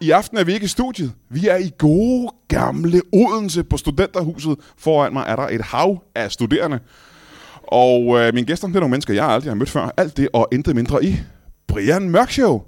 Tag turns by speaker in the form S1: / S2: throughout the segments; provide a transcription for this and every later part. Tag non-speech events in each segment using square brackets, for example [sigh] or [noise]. S1: I aften er vi ikke i studiet. Vi er i gode gamle Odense på studenterhuset. Foran mig er der et hav af studerende. Og øh, mine gæster, det er nogle mennesker, jeg aldrig har mødt før. Alt det og intet mindre i Brian Mørk Show.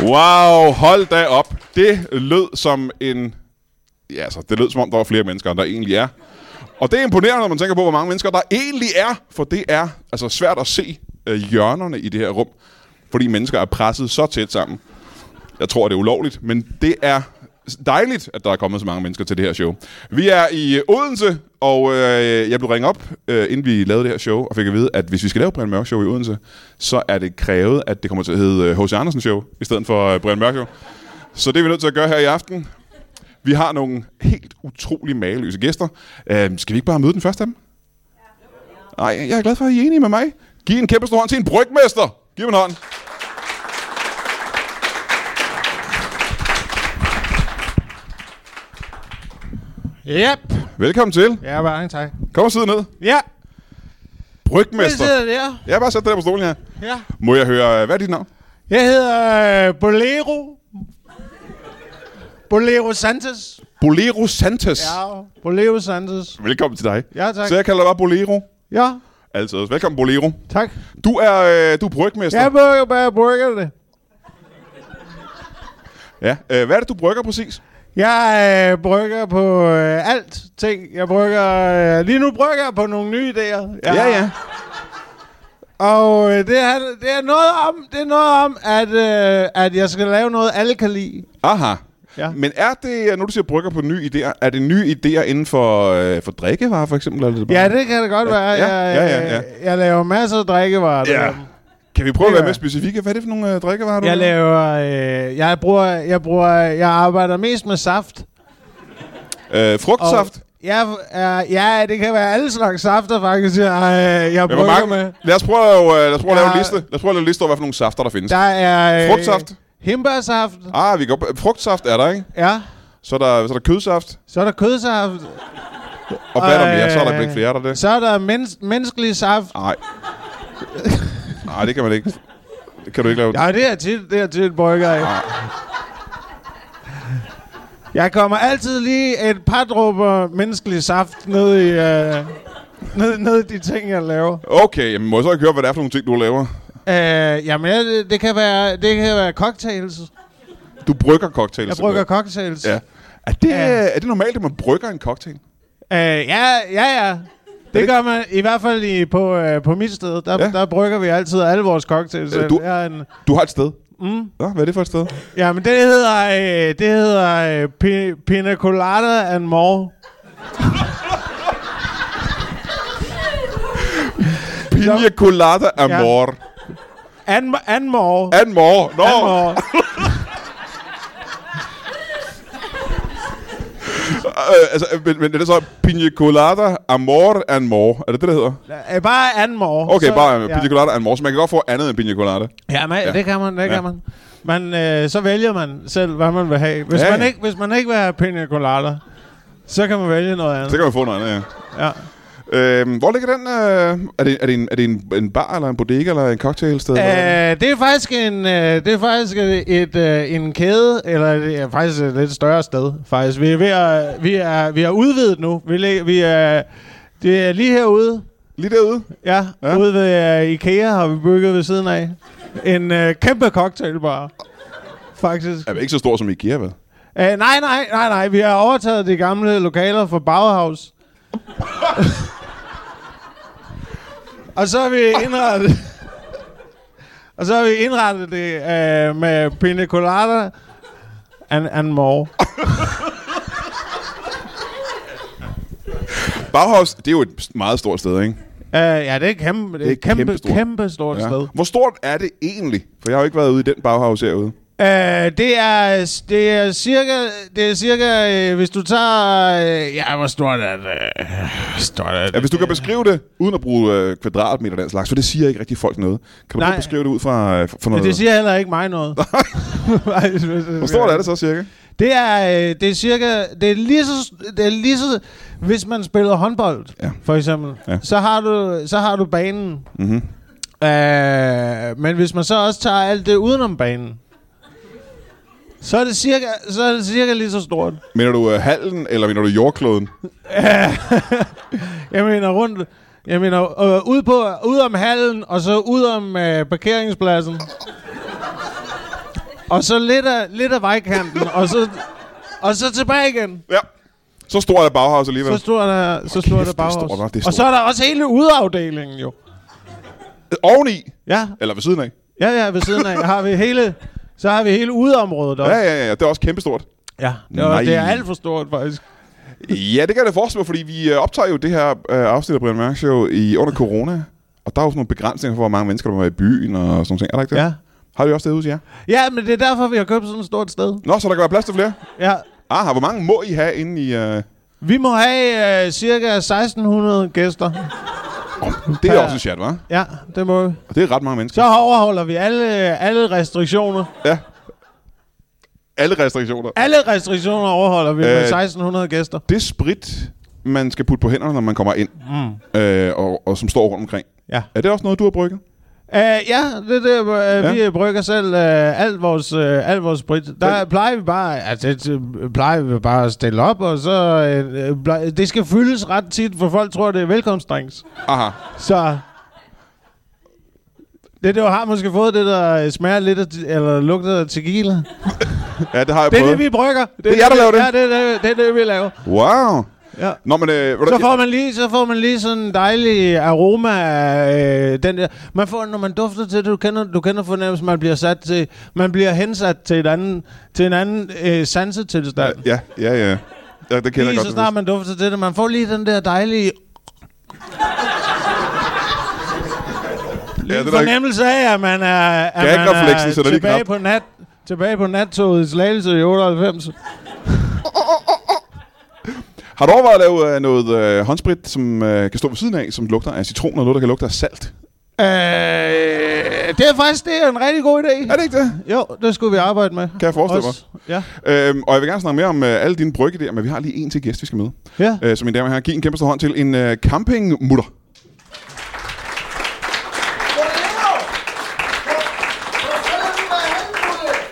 S1: Wow, hold da op. Det lød som en... Ja, altså, det lød som om, der var flere mennesker, end der egentlig er. Og det er imponerende, når man tænker på, hvor mange mennesker der egentlig er. For det er altså svært at se øh, hjørnerne i det her rum. Fordi mennesker er presset så tæt sammen. Jeg tror, det er ulovligt, men det er dejligt, at der er kommet så mange mennesker til det her show. Vi er i Odense, og øh, jeg blev ringet op, øh, inden vi lavede det her show, og fik at vide, at hvis vi skal lave Brian Mørk Show i Odense, så er det krævet, at det kommer til at hedde øh, H.C. Andersen Show, i stedet for øh, Brian Mørk Show. Så det er vi nødt til at gøre her i aften. Vi har nogle helt utrolig mageløse gæster. Øh, skal vi ikke bare møde den første af dem? Nej, jeg er glad for, at I er enige med mig. Giv en kæmpe stor hånd til en brygmester. Giv ham en hånd.
S2: Yep.
S1: Velkommen til.
S2: Ja, mange tak.
S1: Kom og sidde ned.
S2: Ja, vi
S1: Brygmester.
S2: sidder der.
S1: Jeg har bare sat dig der på stolen her.
S2: Ja.
S1: Må jeg høre, øh, hvad er dit navn?
S2: Jeg hedder øh, Bolero. Bolero Santos.
S1: Bolero Santos.
S2: Ja, Bolero Santos.
S1: Velkommen til dig.
S2: Ja, tak.
S1: Så jeg kalder dig bare Bolero.
S2: Ja,
S1: Altså, velkommen Bolero.
S2: tak.
S1: Du er, øh, du er brygmester.
S2: Jeg bør jo bare bruge det.
S1: ja. Øh, hvad er det, du brygger præcis?
S2: Jeg øh, brygger på øh, alt ting. Jeg brygger... Øh, lige nu brygger jeg på nogle nye idéer. Jeg- Og øh, det, er, det, er noget om, det er noget om, at, øh, at jeg skal lave noget, alle kan lide.
S1: Aha.
S2: Ja.
S1: Men er det, øh, når du siger brygger på nye idéer, er det nye idéer inden for, øh, for drikkevarer for eksempel? Eller er det bare-
S2: Ja, det kan det godt være.
S1: ja,
S2: Jeg,
S1: ja, ja, ja.
S2: øh, jeg laver masser af drikkevarer. det gør
S1: ja.
S2: jeg.
S1: Kan vi prøve at
S2: Det
S1: være
S2: gør
S1: mere
S2: jeg.
S1: specifikke? Hvad er det for nogle øh, drikkevarer, du
S2: Jeg laver, øh, jeg bruger, jeg bruger, jeg arbejder mest med saft.
S1: Øh, frugtsaft?
S2: Jeg er, ja, det kan være alle slags safter faktisk, jeg, øh, jeg
S1: Ja, hvor
S2: bruger
S1: mange?
S2: med.
S1: Lad os prøve, at, øh, lad os prøve at lave en
S2: Ja.
S1: liste. Lad os prøve at lave en liste over, hvad for nogle safter, der findes.
S2: Der er... øh,
S1: Frugtsaft?
S2: Himbærsaft,
S1: Ah, vi går på. Frugtsaft er der, ikke?
S2: ja.
S1: Så er der, så er der kødsaft.
S2: Så er der kødsaft.
S1: Og hvad er der
S2: Øh,
S1: mere? Så er der vel ikke flere, er der det?
S2: Så er der mens, menneskelig saft.
S1: Nej. Nej, det kan man ikke. Det kan du ikke lave.
S2: Ja, det er tit, det er tit, brygger jeg. Jeg kommer altid lige et par dråber menneskelig saft ned i, øh, ned, ned i de ting, jeg laver.
S1: Okay, jamen, må jeg så ikke høre, hvad det er for nogle ting, du laver?
S2: Øh, jamen, ja, det, det, kan være, det kan være cocktails.
S1: Du brygger cocktails.
S2: Jeg brygger
S1: simpelthen.
S2: cocktails.
S1: Ja. Er det,
S2: Ja.
S1: er det normalt, at man brygger en cocktail?
S2: Øh, ja, ja, ja. Det gør man i hvert fald i, på, øh, på mit sted. Der,
S1: Ja.
S2: ja. der brygger vi altid alle vores cocktails.
S1: Øh,
S2: Øh,
S1: du-
S2: du... Jeg er en,
S1: Du har et sted. Mm. Nå, hvad er det for et sted?
S2: ja, men det hedder, øh, det hedder øh, pi, Pina Colada and More.
S1: Pina colada amor.
S2: And, and More.
S1: And more. Nå,
S2: And more.
S1: øh, altså, øh, men, men er det så pina colada amor and more? Er det det, det hedder?
S2: Øh, bare And More.
S1: Okay, så, bare ja.
S2: ja.
S1: pina colada and more. Så man kan godt få andet end pina colada.
S2: Ja, man,
S1: Ja.
S2: ja, det kan man, det
S1: Ja.
S2: ja. kan man. Man, øh, så vælger man selv, hvad man vil have. Hvis,
S1: Ja,
S2: ja, man,
S1: ja.
S2: ikke, hvis man ikke vil have Pina Colada, så kan man vælge noget
S1: Så
S2: andet.
S1: kan man få noget andet, ja.
S2: Ja.
S1: Øhm, hvor ligger den? Øh, er det, er det, en, er det en, en bar, eller en bodega, eller en cocktailsted? eller hvad er det?
S2: Øh, det er faktisk en øh, det er faktisk et, et øh, en kæde eller det er faktisk et lidt større sted faktisk. Vi er ved at, vi er vi er udvidet nu. Vi lig, vi er det er lige herude.
S1: Lige derude?
S2: Ja,
S1: Ja.
S2: ja. ude ved øh, IKEA har vi bygget ved siden af en øh, kæmpe cocktailbar. Faktisk.
S1: Er vi ikke så stor som IKEA, vel?
S2: Æh, Øh, nej, nej, nej, nej. Vi har overtaget de gamle lokaler fra Bauhaus. [laughs] Og så har vi indrettet... [laughs] Og så har vi indrettet det øh, med pina colada and, and more.
S1: Bauhaus, det er jo et meget stort sted, ikke?
S2: Uh, ja, det er kæmpe, det er
S1: er
S2: et kæmpe,
S1: kæmpestort.
S2: kæmpe, kæmpe stort ja. sted.
S1: Hvor stort er det egentlig? For jeg har jo ikke været ude i den Bauhaus herude.
S2: Øh, det er det er cirka det er cirka øh, hvis du tager øh, ja hvor stort er det? Øh, Stort er det?
S1: Ja, hvis du kan beskrive det, uden at bruge øh, kvadratmeter og den slags, for det siger ikke rigtig folk noget. Kan du
S2: Nej.
S1: prøve at beskrive det ud fra, øh, fra
S2: Men
S1: noget?
S2: det siger heller ikke
S1: [laughs]
S2: mig noget. [laughs]
S1: Hvor stort er det så, cirka?
S2: Det er øh, det er cirka det er lige så det er lige så hvis man spiller håndbold
S1: Ja.
S2: ja. for eksempel
S1: Ja.
S2: ja. så har du så har du banen.
S1: Mm-hmm.
S2: Øh, men hvis man så også tager alt det udenom banen så er det cirka så er det cirka lige så stort.
S1: Mener du øh, hallen, eller mener du jordkloden?
S2: Jeg mener rundt. Jeg mener øh, ud, på, ud om hallen, og så ud om øh, parkeringspladsen. og så lidt af, lidt af vejkanten, og så, og så tilbage igen.
S1: Ja. Så stor er Bauhaus alligevel.
S2: Så stor der, så stor
S1: kæft,
S2: der
S1: det er stort,
S2: baghaus.
S1: hva'? Det er
S2: Og så
S1: stort.
S2: er der også hele udeafdelingen jo.
S1: Oveni,
S2: Ja,
S1: eller ved siden af.
S2: ja, ja, ved siden af har vi hele... Så har vi hele udeområdet også.
S1: Ja, ja, ja, det er også kæmpestort.
S2: ja. Det, er,
S1: Nej.
S2: det er alt for stort, faktisk.
S1: Ja, det kan jeg da forestille mig, fordi vi øh, optager jo det her øh, afsnit af Brian Mørk Show i, under corona. Og der er jo sådan nogle begrænsninger for, hvor mange mennesker, der må være i byen og sådan noget. Er der ikke det?
S2: Ja.
S1: Har vi også det hos jer?
S2: Ja, men det er derfor, vi har købt sådan et stort sted.
S1: Nå, så der kan være plads til flere.
S2: Ja.
S1: Ah, hvor mange må I have inde i... Øh...
S2: Vi må have øh, cirka 1600 gæster.
S1: Det er
S2: Oh, Per-
S1: også en chat, hva'?
S2: Ja, det må vi.
S1: Og det er ret mange mennesker.
S2: Så overholder vi alle, øh, alle restriktioner.
S1: Ja. Alle restriktioner.
S2: Alle restriktioner overholder vi øh,
S1: Øh,
S2: med 1600 gæster.
S1: Det sprit, man skal putte på hænderne, når man kommer ind, mm. øh, og, og som står rundt omkring.
S2: Ja.
S1: Er det også noget, du har brygget?
S2: Uh, ja, det er det. Uh,
S1: Ja.
S2: Vi øh, brygger selv uh, alt, vores, uh, alt vores sprit. Der
S1: Men-
S2: plejer vi bare altså, det, øh, plejer vi bare at stille op, og så... øh, Øh, ble- det skal fyldes ret tit, for folk tror, det er velkomstdrinks.
S1: Aha.
S2: Så... Det, du har måske fået det, der øh, smager lidt af, te- eller lugter af tequila. Det
S1: Ja, det har jeg
S2: er
S1: prøvet.
S2: det, vi brygger.
S1: Det er jer, der laver det.
S2: Ja, det er det, det, er det vi laver.
S1: Wow.
S2: Ja.
S1: Nå, men... Øh, ved du-
S2: Så får man lige, så får man lige sådan en dejlig aroma af øh, den der. Man får, når man dufter til det, du kender, du kender fornemmelsen, man bliver sat til, man bliver hensat til, et anden, til en anden øh, sansetilstand. Ja,
S1: Ja, ja, ja. ja det kender jeg
S2: lige
S1: godt.
S2: så snart man dufter til det, man får lige den der dejlige
S1: ja, det er der ikke.
S2: fornemmelse af, at man er, at man
S1: Gagrefleksen
S2: er
S1: sætter lige
S2: tilbage
S1: knap.
S2: på nat, tilbage på nattoget i Slagelse i Øh, 98.
S1: Har du overvejet at lave øh, noget øh, håndsprit, som øh, kan stå ved siden af, som lugter af citron, og noget, der kan lugte af salt?
S2: Øh, det er faktisk det er en rigtig god idé.
S1: Er det ikke det?
S2: Jo, det skulle vi arbejde med.
S1: Kan jeg forestille mig.
S2: Ja.
S1: Øhm, og jeg vil gerne snakke mere om øh, alle dine brygge der, men vi har lige en til gæst, vi skal med.
S2: ja.
S1: Øh, så mine damer og herrer, giv en kæmpe stor hånd til en øh, campingmutter.
S2: Øh,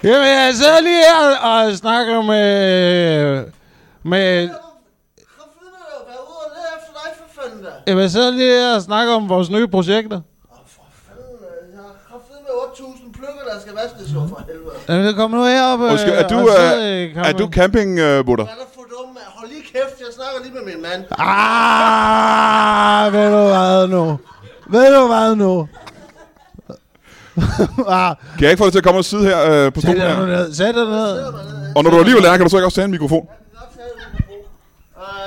S2: Jamen, jeg sidder lige her og snakker med... med
S3: Kom videre, vær ude og lede efter dig for fanden da.
S2: jamen, jeg sidder lige her og snakker om vores nye projekter.
S3: Åh, for fanden, øh, jeg har haft med 8.000 plukker, der skal vaskes jo for helvede.
S2: Jamen, det kommer nu herop øh,
S1: Undskyld, er du,
S2: og sidder i
S1: øh, er
S2: kammeren.
S1: du campingmutter?
S3: Hvad er der for dumme? mand? Hold lige kæft, jeg snakker lige med min mand.
S2: Ah, ved du hvad nu? Ved du hvad nu? ah,
S1: Kan jeg ikke få dig til at komme og sidde her øh, på
S2: sæt
S1: stolen
S2: dig nu
S1: her?
S2: ned. Sæt dig ned.
S1: Og når du alligevel er her, kan du så ikke også tage en mikrofon?
S3: Jeg kan godt tage det, du kan bruge.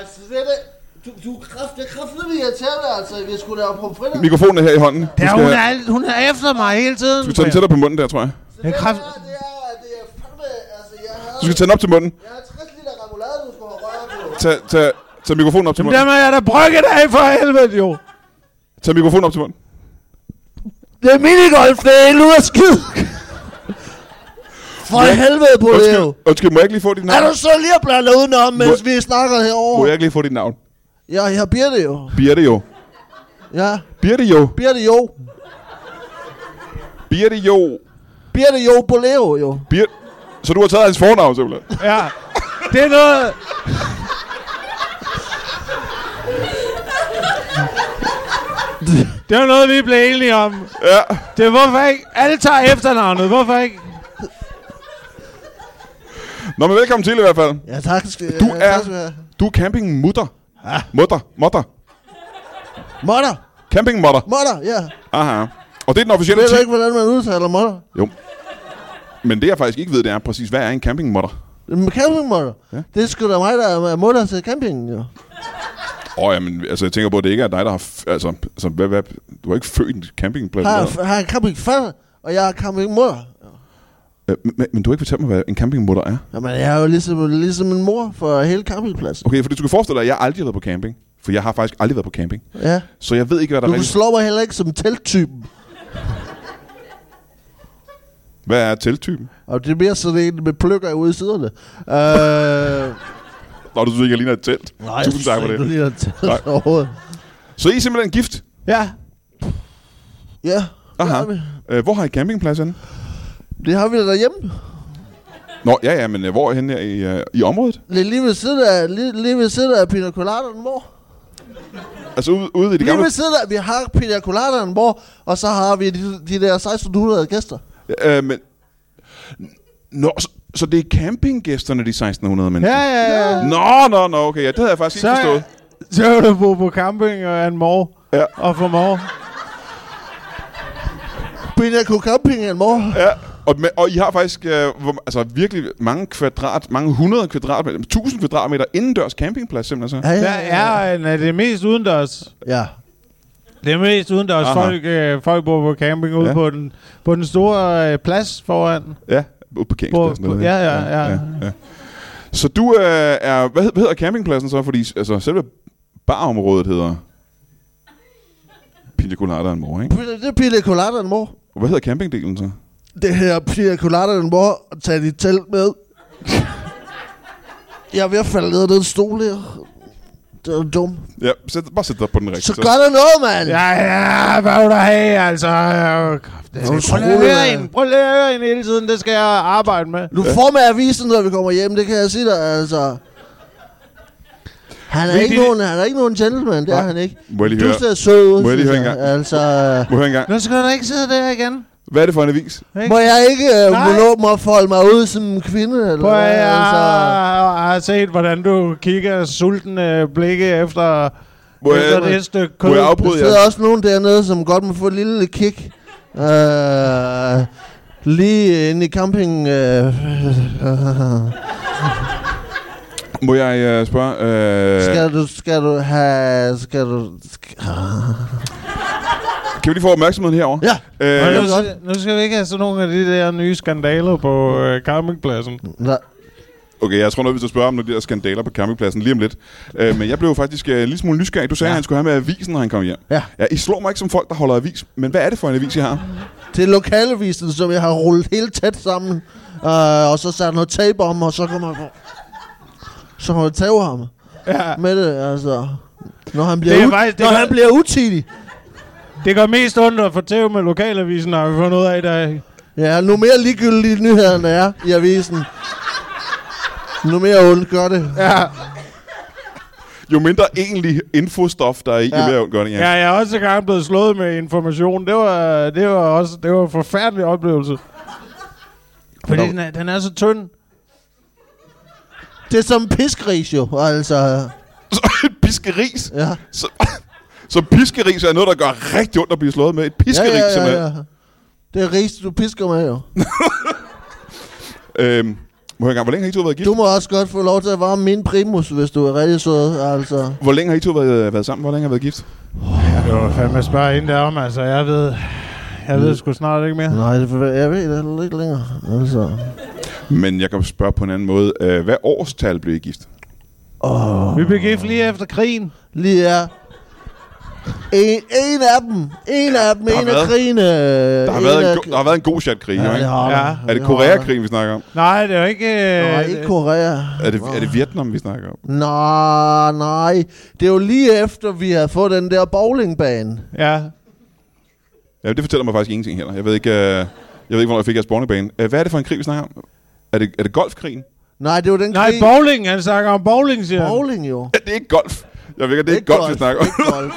S3: Øh, så det er det. Du, du er kraft, det er kraftedeme irriterende, altså. Vi skulle lave pomfritter.
S1: Mikrofonen er her i hånden. Du
S2: Ja, hun,
S1: skal,
S2: er, alt- hun er efter mig hele tiden.
S1: du skal tage den tættere på munden der, tror jeg.
S3: Så
S2: Det er kraft-
S3: der, det er, at det er fandme, altså, jeg har...
S1: Du skal tage den op til munden.
S3: Jeg har 60 liter remoulade, du skulle have rørt på.
S1: Tag, tag, tag mikrofonen op til
S2: Jamen,
S1: munden.
S2: dem er jeg da brygget af for helvede, jo.
S1: Tag mikrofonen op til munden.
S3: Det er minigolf, det er en ud af skid. For helvede på det
S1: Undskyld, undskyld, må jeg ikke lige få dit
S3: Er
S1: navn?
S3: du så lige at blande udenom, mens
S1: Må-
S3: vi snakker
S1: Må jeg
S3: herovre?
S1: ikke lige få dit navn?
S3: Ja, jeg bliver det jo.
S1: Birte jo.
S3: Ja,
S1: Birte jo.
S3: bliver det jo.
S1: Birte jo.
S3: Bliver det jo på Leo jo.
S1: Birte. Så du har taget hans fornavn simpelthen?
S2: Ja. Det er noget... Det var noget, vi blev enige om.
S1: Ja.
S2: Det er, hvorfor ikke... Alle tager efternavnet. Hvorfor ikke?
S1: Nå, men velkommen til i hvert fald.
S3: Ja, tak skal
S1: Du
S3: ja,
S1: er,
S3: tak skal du have.
S1: du er campingmutter. Mutter. Mutter.
S3: Mutter.
S1: Campingmutter.
S3: Mutter, ja.
S1: Aha. Og det er den officielle
S3: Ved du
S1: titel.
S3: ikke, hvordan man udtaler modder?
S1: Jo. Men det, jeg faktisk ikke ved, det er præcis, hvad er en campingmutter?
S3: En campingmutter?
S1: Ja.
S3: Ja. Det er sgu da mig, der er modder til campingen, jo.
S1: Åh, oh, jamen, altså, jeg tænker på, at det ikke er dig, der har... F- altså, altså hvad, hvad, du har ikke født en campingplads.
S3: Har,
S1: eller-
S3: jeg- har jeg campingfatter, og jeg har campingmutter.
S1: Øh, men, men, du har ikke fortalt mig, hvad en campingmutter er.
S3: Jamen, jeg er jo ligesom, ligesom en mor for hele campingpladsen.
S1: Okay, fordi du kan forestille dig, at jeg aldrig har været på camping. For jeg har faktisk aldrig været på camping.
S3: Ja.
S1: Så jeg ved ikke, hvad der
S3: Du
S1: er rigtig...
S3: slår mig heller ikke som telttypen.
S1: Hvad er telttypen?
S3: Og det er mere sådan en med pløkker ude i siderne. Øh,
S1: Nå, du synes ikke, jeg ligner et telt.
S3: nej,
S1: Tusind tak for
S3: Du
S1: det.
S3: ligner en telt
S1: Nej.
S3: overhovedet.
S1: Så I er simpelthen gift?
S2: Ja.
S3: Ja,
S1: Aha.
S3: det har vi.
S1: Øh, hvor har I campingplads henne?
S3: Det har vi da derhjemme.
S1: Nå, ja, ja, men øh, hvor er I henne her i, øh, i området?
S3: Det er lige ved siden af, lige, lige ved siden af Pina Colada'en, mor.
S1: Altså ude, ude i det
S3: Lige
S1: gamle...
S3: ved siden af, vi har Pina Colada'en, mor, og så har vi de, de der 1600 gæster.
S1: Øh, men... Nå, så, så det er campinggæsterne, de 1600 mennesker?
S2: Ja, ja, ja. ja.
S1: Nå, nå, nå, okay, ja, det havde jeg faktisk ikke forstået.
S2: Så, så er du bo på camping og en mor.
S1: Ja.
S2: Og for mor.
S3: Pina Campingen, mor.
S1: Ja, og, med, og I har faktisk øh, hvor, altså, virkelig mange kvadrat, mange hundrede kvadratmeter, tusind kvadratmeter indendørs campingplads simpelthen så. Ja.
S2: Der er en af det mest udendørs.
S3: ja.
S2: Det er mest udendørs.
S1: Aha.
S2: Folk, øh, folk bor på camping ude
S1: Ja.
S2: ja. på, den, på den store øh, plads foran.
S1: ja ude på parkeringspladsen.
S2: På- på-
S1: eller hvad?
S2: ja, ja, ja.
S1: ja. Så du øh, er, hvad, hed- hvad hedder campingpladsen så? Fordi altså, selve barområdet hedder Pina Colada en mor, ikke?
S3: Pina- Det er Pina Colada'en, mor.
S1: Og hvad hedder campingdelen så?
S3: Det her Pina Colada'en, mor. og Tag dit telt med. Jeg er ved at falde ned af den stol her. Det er dum.
S1: Ja, sæt, bare sæt dig på den rigtige.
S3: Så gør der noget, mand!
S2: Ja, ja, hvad vil du have, altså? Øh, kræft, det er-
S3: Nogle
S2: Prøv lige at
S3: skruer,
S2: høre
S3: ja.
S2: hende. Prøv lige at høre hende hele tiden. Det skal jeg arbejde med.
S3: Du får med avisen, når vi kommer hjem, det kan jeg sige dig, altså. Han er,
S2: Men
S3: ikke
S2: det-
S3: nogen, han er ikke nogen gentleman, det er
S1: Nej.
S3: han ikke.
S1: Må jeg lige
S3: Du
S1: høre-
S3: ser sød ud,
S1: Må jeg lige
S3: synes
S1: høre en gang?
S3: Altså,
S1: Må jeg høre en gang.
S2: Nu skal du ikke sidde der igen.
S1: Hvad er det for en avis?
S3: må jeg ikke øh,
S2: Nej.
S3: nå mig at folde mig ud som en kvinde? Eller
S2: Prøv,
S3: hvad?
S2: jeg
S3: Altså,
S2: har set, hvordan du kigger sultne blikke efter,
S1: Må jeg-
S2: efter det stykke
S1: Må jeg
S3: der
S1: afbryde jer?
S3: sidder også nogen dernede, som godt må få et lille kick. Øh, lige inde i camping... Øh,
S1: Må jeg øh, spørge? Øh,
S3: skal du... Skal du have... Skal du... Skal,
S1: Kan vi lige få opmærksomheden herovre?
S3: ja!
S1: Øh,
S2: Øh,
S3: jeg
S2: nu,
S3: vil
S2: skal, nu skal vi ikke have sådan nogle af de der nye skandaler på øh, campingpladsen.
S3: Nå,
S1: Okay, jeg tror nok, vi skal spørge om nogle af de der skandaler på campingpladsen lige om lidt. Øh, men jeg blev jo faktisk øh, en lille smule nysgerrig. Du sagde, ja. at han skulle have med avisen, når han kom hjem.
S3: Ja.
S1: ja. I slår mig ikke som folk, der holder avis. Men hvad er det for en avis, I har?
S3: Det er lokalavisen, som jeg har rullet helt tæt sammen. Øh, og så sat noget tape om, og så kommer jeg... Så kommer jeg tage ham
S2: Ja,
S3: med det, altså. Når han bliver,
S2: Det er
S3: ut-
S2: faktisk- det
S3: når
S2: er-
S3: han bliver utidig.
S2: det går mest ondt at få tæv med lokalavisen, har vi fundet ud af i dag.
S3: Ja, nu mere ligegyldige nyhederne er i avisen. Nu mere ondt gør det. Ja.
S1: Jo mindre egentlig infostof, der er i, ja.
S3: Ja.
S1: jo mere ondgørende.
S2: Ja,
S1: Ja.
S2: jeg er også engang blevet slået med information. Det var, det var også det var en forfærdelig oplevelse. Fordi den er, den er så tynd.
S3: Det er som en piskris jo, altså.
S1: [laughs] Så et piskeris.
S3: Ja.
S1: Så, [laughs] så piskeris er noget, der gør rigtig ondt at blive slået med. Et piskeris,
S3: ja, ja,
S1: simpelthen.
S3: ja, ja. Det er ris, du pisker med jo.
S1: Øhm, må jeg engang, hvor længe har I to været gift?
S3: Du må også godt få lov til at varme min primus, hvis du er rigtig sød, altså.
S1: Hvor længe har I to været, været sammen? Hvor længe har I været gift?
S2: Det var fandme spørge hende derom, altså. Jeg ved, jeg ved sgu snart ikke mere.
S3: Nej, det forventer jeg ved det heller ikke længere, altså.
S1: Men jeg kan spørge på en anden måde. Øh, hvad årstal blev I gift?
S3: Åh.
S2: Vi blev gift lige efter krigen.
S3: lige er en, en af dem. En af dem.
S1: Der har
S3: en af
S1: været-
S3: krigene.
S1: Der har, været en, go- der har været en god chatkrig, jo,
S3: Øh, Ja, det
S1: ikke?
S3: har
S2: Ja.
S3: der.
S1: Er det
S3: har
S1: Koreakrigen, vi snakker om?
S2: Nej, det var ikke...
S3: der.
S2: Øh,
S3: Nej, ikke Korea.
S1: Er det, er det Vietnam, vi snakker om?
S3: Nej, nej. Det er jo lige efter, vi har fået den der bowlingbane.
S2: Ja.
S1: Ja, det fortæller mig faktisk ingenting heller. Jeg ved ikke, øh, jeg ved ikke hvornår jeg fik jeres bornebane. Øh, hvad er det for en krig, vi snakker om? Er det, er det golfkrigen?
S3: Nej, det var den
S2: Nej,
S3: krig.
S2: bowling. Han snakker om bowling, siger han.
S3: bowling jo.
S1: Ja, det er ikke golf. Jeg ved ikke, det er ikke golf, vi snakker om.
S3: Ikke golf.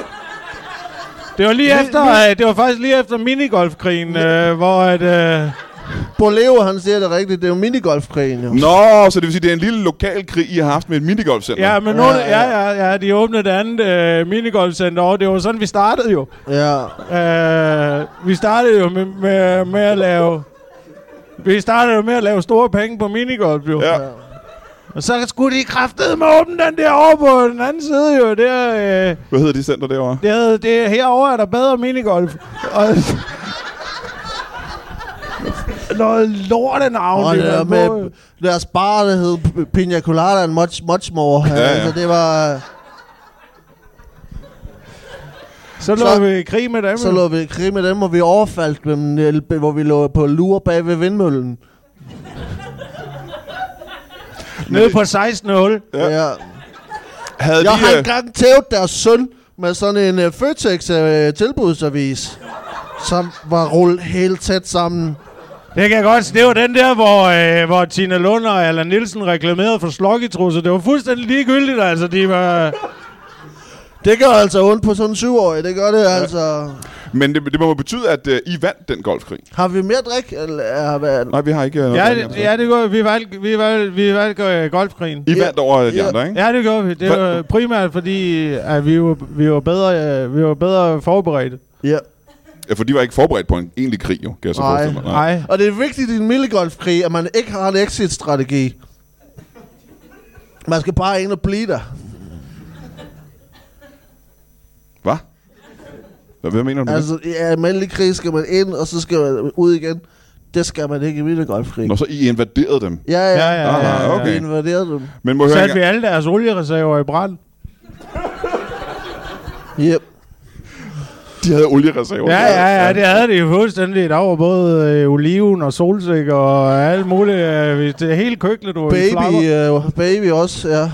S2: Det var lige efter, øh, det var faktisk lige efter minigolfkrigen, øh, hvor at, øh,
S3: Boleo, han siger det rigtigt. Det er jo minigolfkrigen, jo.
S1: Nå, så det vil sige, det er en lille lokal krig, I har haft med et minigolfcenter.
S2: Ja, men nu, ja, ja, ja, de åbnede det andet øh, minigolfcenter, og det var sådan, vi startede jo.
S3: Ja.
S2: Øh, vi startede jo med, med, med at lave... Vi startede jo med at lave store penge på minigolf, jo.
S1: Ja.
S2: Og så skulle de kraftede med åbne den der over på den anden side, jo. Der, øh,
S1: Hvad hedder de center derovre?
S2: det, havde, det, herovre er der bedre minigolf. Og, noget lortenavn.
S3: Og
S2: de
S3: det der
S2: fandt på, jo.
S3: med deres bar, der hed P- Pina Colada and much, much more. Ja,
S1: ja.
S3: ja. Altså, det var...
S2: Så lå
S3: Så-
S2: vi i krig med dem.
S3: Så
S2: jo.
S3: lå vi i krig med dem, hvor vi overfaldt dem, øh, hvor vi lå på lure bag ved vindmøllen.
S2: Nede på 16-0.
S3: Ja. ja.
S1: Havde
S3: Jeg
S1: de,
S3: har
S1: øh,
S3: engang tævet deres søn med sådan en uh, Føtex-tilbudsavis, som var rullet helt tæt sammen.
S2: Det kan jeg godt. se. Det var den der, hvor, øh, hvor Tina Lund og Allan Nielsen reklamerede for slokketrusser. Det var fuldstændig ligegyldigt, altså. De var...
S3: Det gør altså ondt på sådan en syvårig, det gør det ja. altså.
S1: men det, det må jo betyde, at øh, I vandt den golfkrig.
S3: Har vi mere drik? Eller, er, er,
S1: Nej, vi har ikke... øh, noget
S2: Ja,
S1: andet,
S2: det,
S1: altså.
S2: ja, det gjorde vi. Vi valgte, vi valgte, vi valgte øh, golfkrigen.
S1: I vandt over de
S3: Ja.
S1: andre, ikke?
S2: Ja, det gjorde vi. Det
S1: Hvad-
S2: var primært fordi, at vi var, vi var, bedre, øh, vi var bedre forberedt.
S3: ja.
S1: Ja, for de var ikke forberedt på en egentlig krig, jo, kan jeg så
S3: Nej.
S1: forestille mig.
S2: Nej.
S3: Og det er vigtigt i en milligolfkrig, at man ikke har en exit-strategi. Man skal bare ind og blive der.
S1: Hvad? Hvad, hvad mener du med
S3: Altså, i almindelig krig skal man ind, og så skal man ud igen. Det skal man ikke i
S1: det?
S3: milligolfkrig.
S1: Når så I invaderede dem.
S3: Ja, ja.
S2: Ja, ja,
S1: Ah,
S2: ja, ja.
S1: okay.
S3: Vi invaderede dem.
S1: Men må jeg høre,
S2: Satte vi
S1: engang-
S2: alle deres oliereserver i brand.
S3: Yep.
S1: de havde oliereserver.
S2: Ja, ja, ja, det havde de jo fuldstændig. Der var både øh, oliven og solsikker og alt muligt. Øh, det hele køkkenet var i
S3: Baby,
S2: flammer.
S3: uh, baby også, ja.